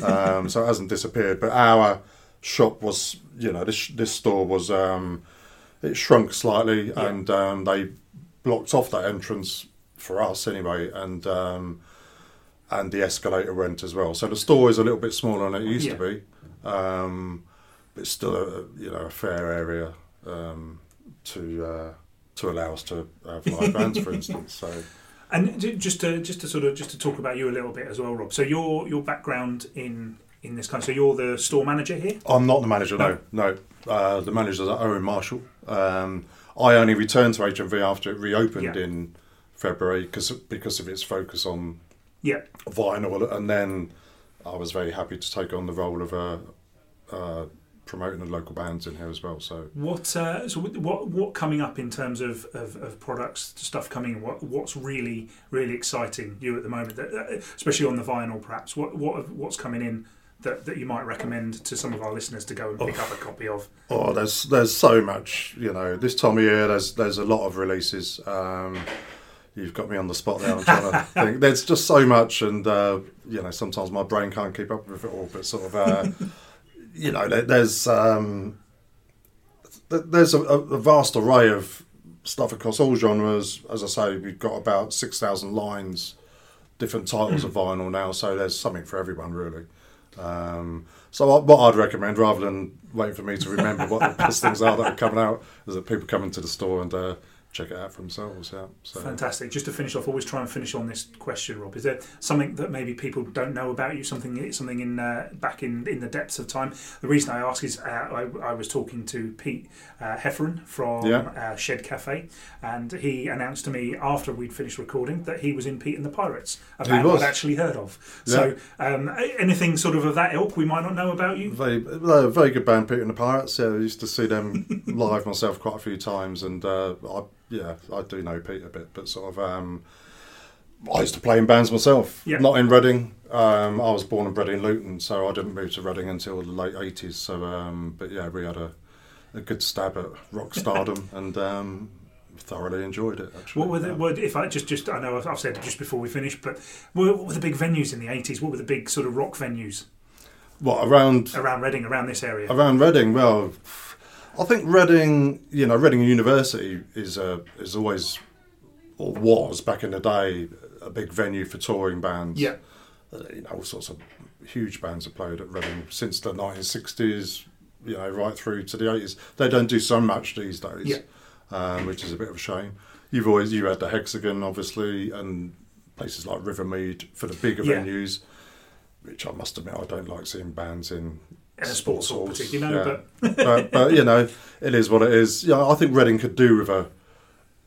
Speaker 8: now. um, so it hasn't disappeared, but our shop was, you know, this this store was um, it shrunk slightly, and um, they blocked off that entrance for us anyway, and um, and the escalator went as well. So the store is a little bit smaller than it used to
Speaker 1: Yeah.
Speaker 8: be, um, but it's still a you know a fair area um, to uh, to allow us to have live bands, for instance. So.
Speaker 1: And j- just to just to sort of just to talk about you a little bit as well, Rob. So your your background in in this kind, so you're the store manager here.
Speaker 8: I'm not the manager. No, no. Uh, the manager's Owen Marshall. Um, I only returned to HMV after it reopened
Speaker 1: Yeah.
Speaker 8: in February because because of its focus on
Speaker 1: Yeah,
Speaker 8: vinyl, and then I was very happy to take on the role of uh, uh, promoting the local bands in here as well. So
Speaker 1: What uh, so wh- what what coming up in terms of, of, of products stuff coming? in? What what's really really exciting you at the moment, that, uh, especially on the vinyl, perhaps? What what what's coming in that, that you might recommend to some of our listeners to go and pick up a copy of?
Speaker 8: Oh, there's there's so much, you know. This time of year, there's there's a lot of releases. Um, you've got me on the spot there. I'm trying to think. There's just so much, and uh, you know, sometimes my brain can't keep up with it all. But sort of, uh, you know, there, there's um, th- there's a, a vast array of stuff across all genres. As I say, we've got about six thousand lines, different titles of vinyl now. So there's something for everyone, really. Um, so what, what I'd recommend, rather than waiting for me to remember what the best things are that are coming out, is that people come into the store and uh, check it out for themselves. Yeah. So
Speaker 7: Fantastic. Just to finish off, always try and finish on this question, Rob. Is there something that maybe people don't know about you? Something, something in uh, back in, in the depths of time. The reason I ask is uh, I, I was talking to Pete uh, Heffernan from
Speaker 8: Yeah.
Speaker 7: uh, Shed Cafe, and he announced to me after we'd finished recording that he was in Pete and the Pirates, a
Speaker 8: He
Speaker 7: band
Speaker 8: was.
Speaker 7: I'd actually heard of. So um, a- anything sort of of that ilk we might not know about you.
Speaker 8: Very, they're a very good band, Peter and the Pirates. Yeah, I used to see them live myself quite a few times, and uh, I, yeah, I do know Pete a bit, but sort of, um, I used to play in bands myself.
Speaker 7: Yeah.
Speaker 8: Not in Reading. Um, I was born and bred in Luton, so I didn't move to Reading until the late eighties. So, um, but yeah, we had a, a good stab at rock stardom, and um, thoroughly enjoyed it. Actually,
Speaker 7: What were the,
Speaker 8: Yeah.
Speaker 7: what, if I just, just I know I've I've said it just before we finished, but what, what were the big venues in the eighties? What were the big sort of rock venues
Speaker 8: what around
Speaker 7: around Reading, around this area?
Speaker 8: Around Reading, well, I think Reading, you know, Reading University is a is always or was back in the day a big venue for touring bands.
Speaker 7: Yeah.
Speaker 8: Uh, you know, all sorts of huge bands have played at Reading since the 1960s, you know, right through to the 80s. They don't do so much these days,
Speaker 7: Yeah.
Speaker 8: um, which is a bit of a shame. You've always you had the Hexagon, obviously, and places like Rivermead for the bigger
Speaker 7: Yeah.
Speaker 8: venues, which I must admit I don't like seeing bands in.
Speaker 7: In a sports hall
Speaker 8: halls.
Speaker 7: particularly, no,
Speaker 8: yeah. but but you know, it is what it is. Yeah, I think Reading could do with a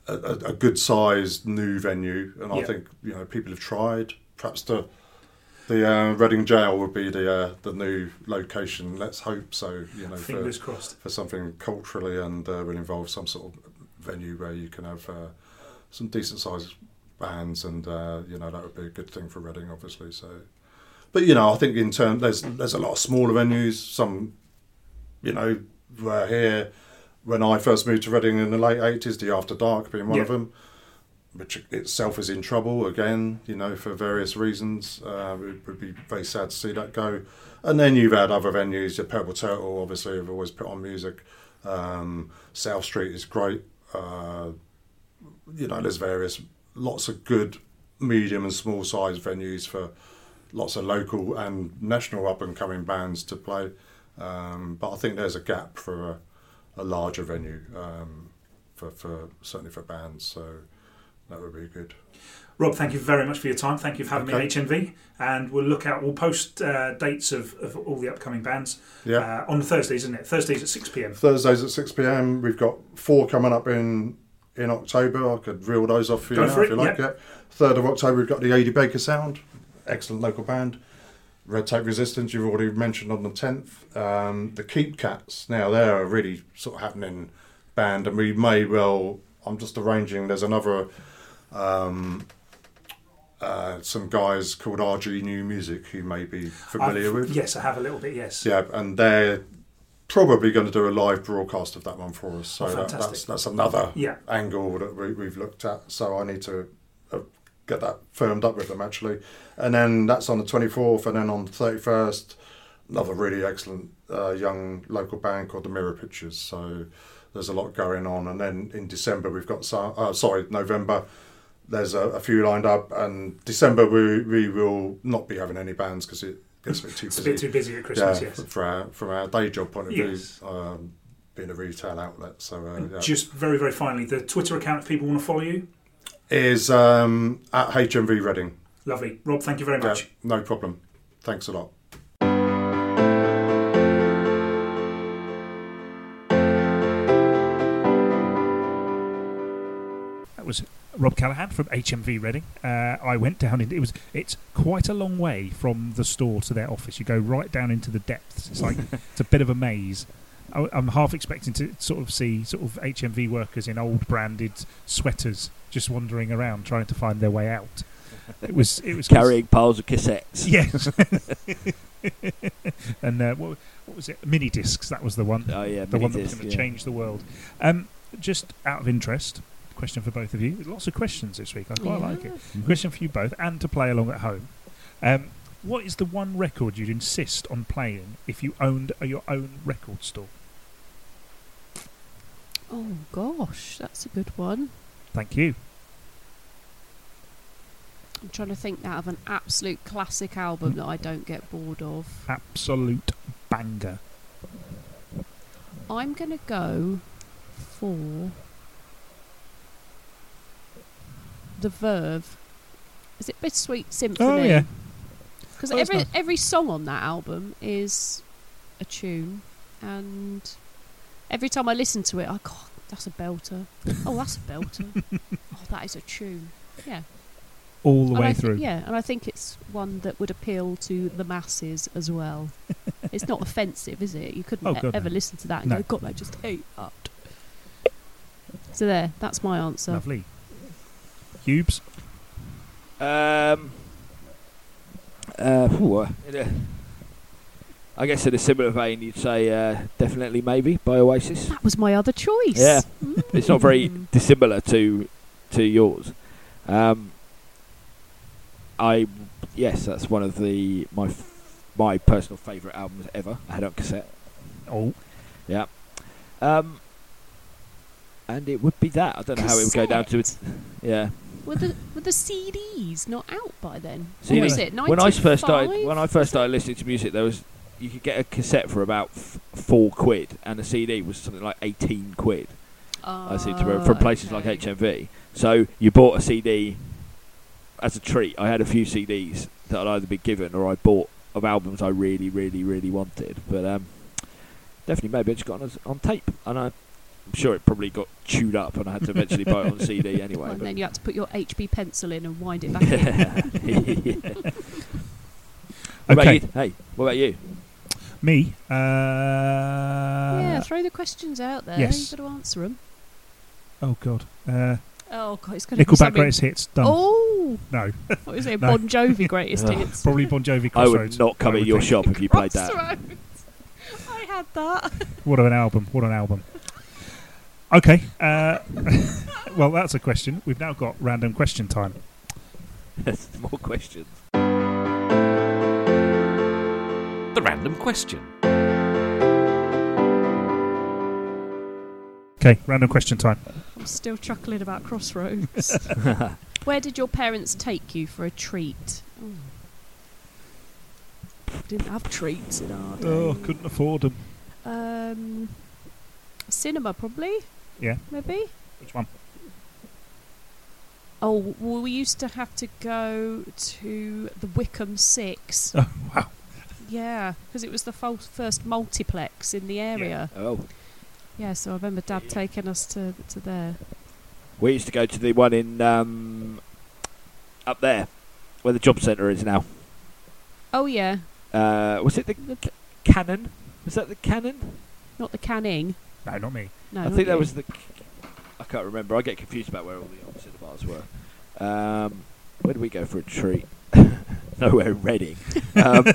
Speaker 8: a, a a good sized new venue, and I
Speaker 7: Yeah.
Speaker 8: think you know people have tried. Perhaps the the uh, Reading Jail would be the uh, the new location. Let's hope so. You know, for,
Speaker 7: Fingers crossed.
Speaker 8: for something culturally and uh, will involve some sort of venue where you can have uh, some decent sized bands, and uh, you know that would be a good thing for Reading, obviously. So, but you know, I think in turn there's there's a lot of smaller venues. Some, you know, were here when I first moved to Reading in the late eighties. The After Dark being one of
Speaker 7: Yeah.
Speaker 8: them. Which itself is in trouble again, you know, for various reasons. Uh, it would be very sad to see that go. And then you've had other venues. The Purple Turtle, obviously, have always put on music. Um, South Street is great. Uh, you know, there's various, lots of good medium and small size venues for lots of local and national up and coming bands to play. Um, but I think there's a gap for a, a larger venue, um, for, for certainly for bands. So that would be good.
Speaker 7: Rob, thank you very much for your time. Thank you for having
Speaker 8: Okay.
Speaker 7: me at HMV, and we'll look out. We'll post uh, dates of, of all the upcoming bands
Speaker 8: Yeah.
Speaker 7: uh, on Thursdays, isn't it? Thursdays at six pm.
Speaker 8: Thursdays at 6 pm. We've got four coming up in in October. I could reel those off for you
Speaker 7: Go
Speaker 8: now
Speaker 7: for
Speaker 8: if
Speaker 7: it,
Speaker 8: you like.
Speaker 7: yeah.
Speaker 8: Yeah. 3rd of October, we've got the AD Baker Sound, excellent local band. Red Tape Resistance, you've already mentioned on the 10th. Um, the Keep Cats, now they're a really sort of happening band, and we may well, I'm just arranging, there's another. Um, uh, some guys called RG New Music who may be familiar
Speaker 7: I've-
Speaker 8: with.
Speaker 7: Yes, I have a little bit. Yes.
Speaker 8: Yeah, and they're probably going to do a live broadcast of that one for us. So
Speaker 7: Oh,
Speaker 8: that,
Speaker 7: fantastic.
Speaker 8: that's that's another
Speaker 7: Yeah.
Speaker 8: angle that we, we've looked at. So I need to uh, get that firmed up with them actually, and then that's on the twenty fourth, and then on the thirty first, another really excellent uh, young local band called the Mirror Pictures. So there's a lot going on, and then in December we've got so, uh, sorry November. There's a, a few lined up, and December we, we will not be having any bands because it gets a bit too
Speaker 7: It's a
Speaker 8: busy
Speaker 7: bit too busy at Christmas.
Speaker 8: yeah,
Speaker 7: yes.
Speaker 8: from our, from our day job point of
Speaker 7: Yes.
Speaker 8: view, um, being a retail outlet. So uh, yeah.
Speaker 7: Just very, very finally, the Twitter account if people want to follow you.
Speaker 8: is um, at HMV Reading.
Speaker 7: Lovely, Rob. Thank you very
Speaker 8: Yeah,
Speaker 7: much.
Speaker 8: no problem. Thanks a lot.
Speaker 1: That was Rob Callahan from HMV Reading. Uh, I went down in it was it's quite a long way from the store to their office. You go right down into the depths. It's like it's a bit of a maze. I, I'm half expecting to sort of see sort of HMV workers in old branded sweaters just wandering around trying to find their way out. It was it was
Speaker 3: Carrying piles of cassettes.
Speaker 1: Yes. and uh, what, what was it? Mini discs. That was the one
Speaker 3: Oh yeah,
Speaker 1: the
Speaker 3: mini
Speaker 1: one that was
Speaker 3: disc,
Speaker 1: going to
Speaker 3: yeah.
Speaker 1: change the world. Um, just out of interest, question for both of you. There's lots of questions this week. I quite like it. Question for you both, and to play along at home. Um, what is the one record you'd insist on playing if you owned a, your own record store?
Speaker 2: Oh gosh, that's a good one.
Speaker 1: Thank you.
Speaker 2: I'm trying to think now of an absolute classic album that I don't get bored of.
Speaker 1: Absolute banger.
Speaker 2: I'm gonna go for the Verve. Is it Bittersweet Symphony?
Speaker 1: Oh, yeah.
Speaker 2: Because
Speaker 1: Oh, that's
Speaker 2: every
Speaker 1: nice.
Speaker 2: every song on that album is a tune, and every time I listen to it, I God, that's a belter. Oh, that's a belter. oh, that is a tune. Yeah,
Speaker 1: all the
Speaker 2: and
Speaker 1: way
Speaker 2: I thi-
Speaker 1: through.
Speaker 2: yeah, and I think it's one that would appeal to the masses as well. it's not offensive, is it? You couldn't
Speaker 1: Oh,
Speaker 2: e-
Speaker 1: God, no.
Speaker 2: ever listen to that and
Speaker 1: No.
Speaker 2: go, God, I just hate that. So there, that's my answer.
Speaker 1: Lovely. Cubes.
Speaker 3: Um, uh, phew, uh, in a- I guess in a similar vein, you'd say uh, definitely maybe by Oasis.
Speaker 2: That was my other choice.
Speaker 3: Yeah.
Speaker 2: Mm.
Speaker 3: It's not very dissimilar to to yours. Um, I yes, that's one of the my f- my personal favourite albums ever. I had on cassette.
Speaker 1: Oh,
Speaker 3: Um, and it would be that. I don't know how it would go down to it.
Speaker 2: Cassette.
Speaker 3: Yeah.
Speaker 2: Were the were the CDs not out by then?
Speaker 3: CDs.
Speaker 2: Or was it
Speaker 3: when I first started,
Speaker 2: 95?
Speaker 3: when I first started listening to music, there was you could get a cassette for about f- four quid, and a CD was something like eighteen quid. I seem to remember from
Speaker 2: Oh,
Speaker 3: places
Speaker 2: okay.
Speaker 3: like HMV. So you bought a CD as a treat. I had a few CDs that I'd either been given or I bought of albums I really, really, really wanted. But um, definitely, maybe I just got on, as- on tape, and I. I'm sure it probably got chewed up, and I had to eventually buy it on CD anyway.
Speaker 2: and
Speaker 3: but-
Speaker 2: then you had to put your HB pencil in and wind it back in.
Speaker 3: What about
Speaker 1: Okay.
Speaker 3: you? Hey, what about you?
Speaker 1: me. Uh,
Speaker 2: yeah, throw the questions out there.
Speaker 1: yes.
Speaker 2: You've got to answer them.
Speaker 1: Oh God. Uh,
Speaker 2: Oh, God, it's going to be
Speaker 1: Nickelback
Speaker 2: something.
Speaker 1: greatest hits. Done.
Speaker 2: Oh,
Speaker 1: No,
Speaker 2: what was it?
Speaker 1: No.
Speaker 2: Bon Jovi greatest
Speaker 3: Oh,
Speaker 2: hits.
Speaker 1: probably Bon Jovi.
Speaker 3: I
Speaker 1: Crossroads.
Speaker 3: would not come
Speaker 1: Oh, I
Speaker 3: in
Speaker 1: would
Speaker 3: your
Speaker 1: think.
Speaker 3: shop if you played that.
Speaker 2: Crossroads. I had that.
Speaker 1: What an album! What an album. Okay. Uh, well, that's a question. We've now got random question time.
Speaker 3: More questions.
Speaker 4: The random question.
Speaker 1: Okay, random question time.
Speaker 2: I'm still chuckling about Crossroads. Where did your parents take you for a treat? Oh. Didn't have treats in our day.
Speaker 1: Oh, couldn't afford them.
Speaker 2: Um, cinema, probably.
Speaker 1: Yeah.
Speaker 2: Maybe.
Speaker 1: Which one?
Speaker 2: Oh, well, we used to have to go to the Wickham Six.
Speaker 1: Oh, wow.
Speaker 2: Yeah, because it was the fol- first multiplex in the area.
Speaker 3: Oh,
Speaker 2: Yeah, so I remember Dad taking us to to there.
Speaker 3: we used to go to the one in um, up there where the job centre is now.
Speaker 2: Oh yeah,
Speaker 3: Uh, was it the, the ca- Cannon? Was that the Cannon?
Speaker 2: not the Canning.
Speaker 1: No, not me.
Speaker 2: No,
Speaker 3: I
Speaker 2: not
Speaker 3: think that
Speaker 2: you.
Speaker 3: was the. c- I can't remember. I get confused about where all the old cinemas were. Um, where did we go for a treat? Nowhere in Reading. Um,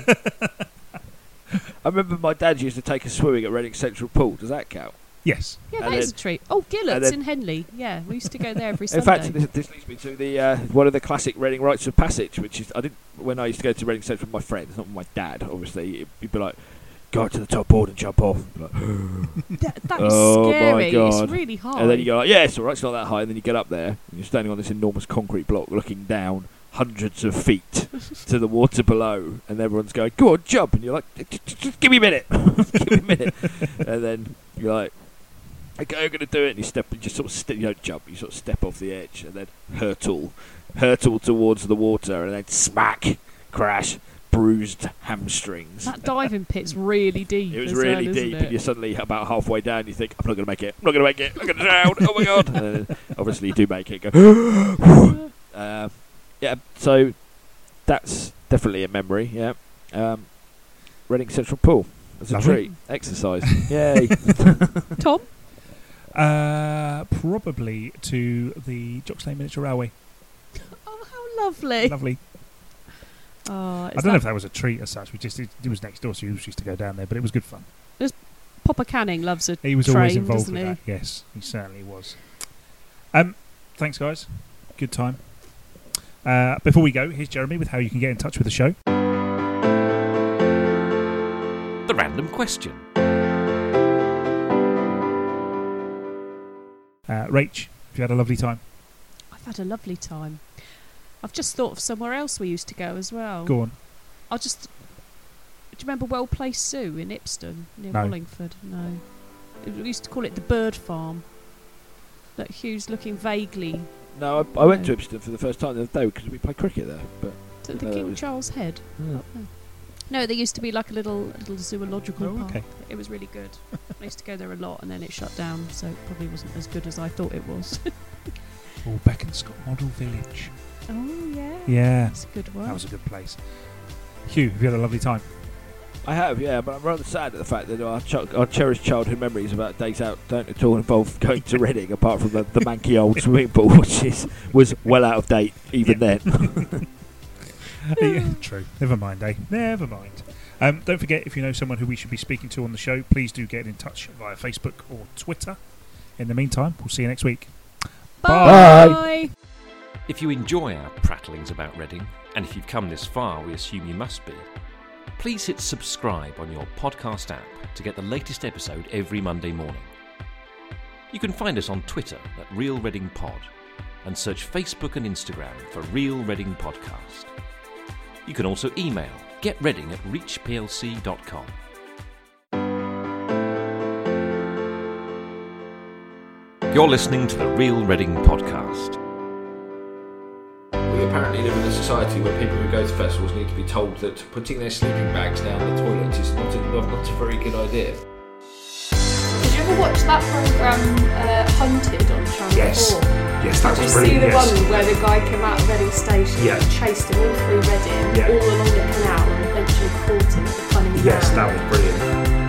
Speaker 3: I remember my dad used to take us swimming at Reading Central Pool. Does that count?
Speaker 1: Yes.
Speaker 2: Yeah,
Speaker 3: and
Speaker 2: that is a
Speaker 3: then-
Speaker 2: treat. Oh, Gillett's
Speaker 3: then-
Speaker 2: in Henley. Yeah, we used to go there every
Speaker 3: In
Speaker 2: Sunday.
Speaker 3: fact, this, this leads me to the uh, one of the classic Reading rites of passage, which is I didn't when I used to go to Reading Central with my friends, not with my dad. Obviously, he'd be like, "Go up to the top board and jump off," Be like,
Speaker 2: That- that is
Speaker 3: Oh, my
Speaker 2: scary.
Speaker 3: God.
Speaker 2: It's really hard.
Speaker 3: and then you go like, "Yeah, it's all right, it's not that high." And then you get up there, and you're standing on this enormous concrete block, looking down hundreds of feet to the water below, and everyone's going, "Go on, jump!" And you're like, "J- j- j- "Give me a minute, give me a minute," and then you're like. Okay, I'm gonna do it. And you step, you just sort of st- you don't jump, you sort of step off the edge, and then hurtle, hurtle towards the water, and then smack, crash, bruised hamstrings.
Speaker 2: That diving pit's really deep.
Speaker 3: It was
Speaker 2: as well,
Speaker 3: really
Speaker 2: isn't
Speaker 3: deep,
Speaker 2: it?
Speaker 3: and you're suddenly about halfway down. You think, "I'm not going to make it. I'm not going to make it. I'm going to drown. Oh my god!" And then obviously, you do make it. Go. uh, yeah. So that's definitely a memory. Yeah. Um, Reading Central Pool. That's a
Speaker 1: Lovely.
Speaker 3: treat. Exercise. Yay.
Speaker 2: Tom,
Speaker 1: Uh, probably to the Jockstone Miniature Railway.
Speaker 2: oh how lovely!
Speaker 1: Lovely.
Speaker 2: Oh,
Speaker 1: I don't know if that was a treat as such. We just it, it was next door, so we always used to go down there. But it was good fun.
Speaker 2: Papa Canning loves a
Speaker 1: He was
Speaker 2: train,
Speaker 1: always involved
Speaker 2: doesn't
Speaker 1: with
Speaker 2: he?
Speaker 1: that. Yes, he certainly was. Um, thanks, guys. Good time. Uh, before we go, here's Jeremy with how you can get in touch with the show.
Speaker 4: The random question.
Speaker 1: Uh, Rach, if you had a lovely time,
Speaker 2: I've had a lovely time. I've just thought of somewhere else we used to go as well.
Speaker 1: go on.
Speaker 2: I'll just. Do you remember Well Placed Zoo in Ipston near
Speaker 1: No.
Speaker 2: Wallingford? No. We used to call it the Bird Farm. That Hugh's looking vaguely
Speaker 3: No, I, I went to Ipswich for the first time the other day because we played cricket there. But
Speaker 2: Is it the
Speaker 3: No, that
Speaker 2: King
Speaker 3: was-
Speaker 2: Charles Head? No, there used to be like a little little zoological
Speaker 1: Oh,
Speaker 2: park.
Speaker 1: okay.
Speaker 2: It was really good. I used to go there a lot, and then it shut down, so it probably wasn't as good as I thought it was.
Speaker 1: Or Oh, Beaconscott Model Village.
Speaker 2: oh yeah,
Speaker 1: Yeah,
Speaker 2: that's a good one.
Speaker 1: that was a good place. Hugh, have you had a lovely time?
Speaker 3: I have, yeah, but I'm rather sad at the fact that our, ch- our cherished childhood memories about days out don't at all involve going to Reading, apart from the, the manky old swimming pool, which is, was well out of date even then.
Speaker 1: Yeah, True. Never mind, eh? Never mind. Um, don't forget, if you know someone who we should be speaking to on the show, please do get in touch via Facebook or Twitter. In the meantime, we'll see you next week.
Speaker 2: Bye.
Speaker 4: If you enjoy our prattlings about Reading, and if you've come this far, we assume you must be, please hit subscribe on your podcast app to get the latest episode every Monday morning. You can find us on Twitter at Real Reading Pod and search Facebook and Instagram for Real Reading Podcast. You can also email getreading at reachplc.com. You're listening to the Real Reading Podcast.
Speaker 5: We apparently live in a society where people who go to festivals need to be told that putting their sleeping bags down the toilet is not a, not, not a very good idea.
Speaker 6: Did you ever watch that programme, uh, Hunted, on Channel
Speaker 7: Yes.
Speaker 6: 4?
Speaker 7: Yes, that
Speaker 6: Did you
Speaker 7: was
Speaker 6: see
Speaker 7: brilliant.
Speaker 6: the
Speaker 7: Yes.
Speaker 6: one where the guy came out of Reading Station
Speaker 7: Yeah.
Speaker 6: and chased him all through Reading,
Speaker 7: Yeah.
Speaker 6: all along the canal, and eventually caught him at the funny
Speaker 7: Yes, that was brilliant.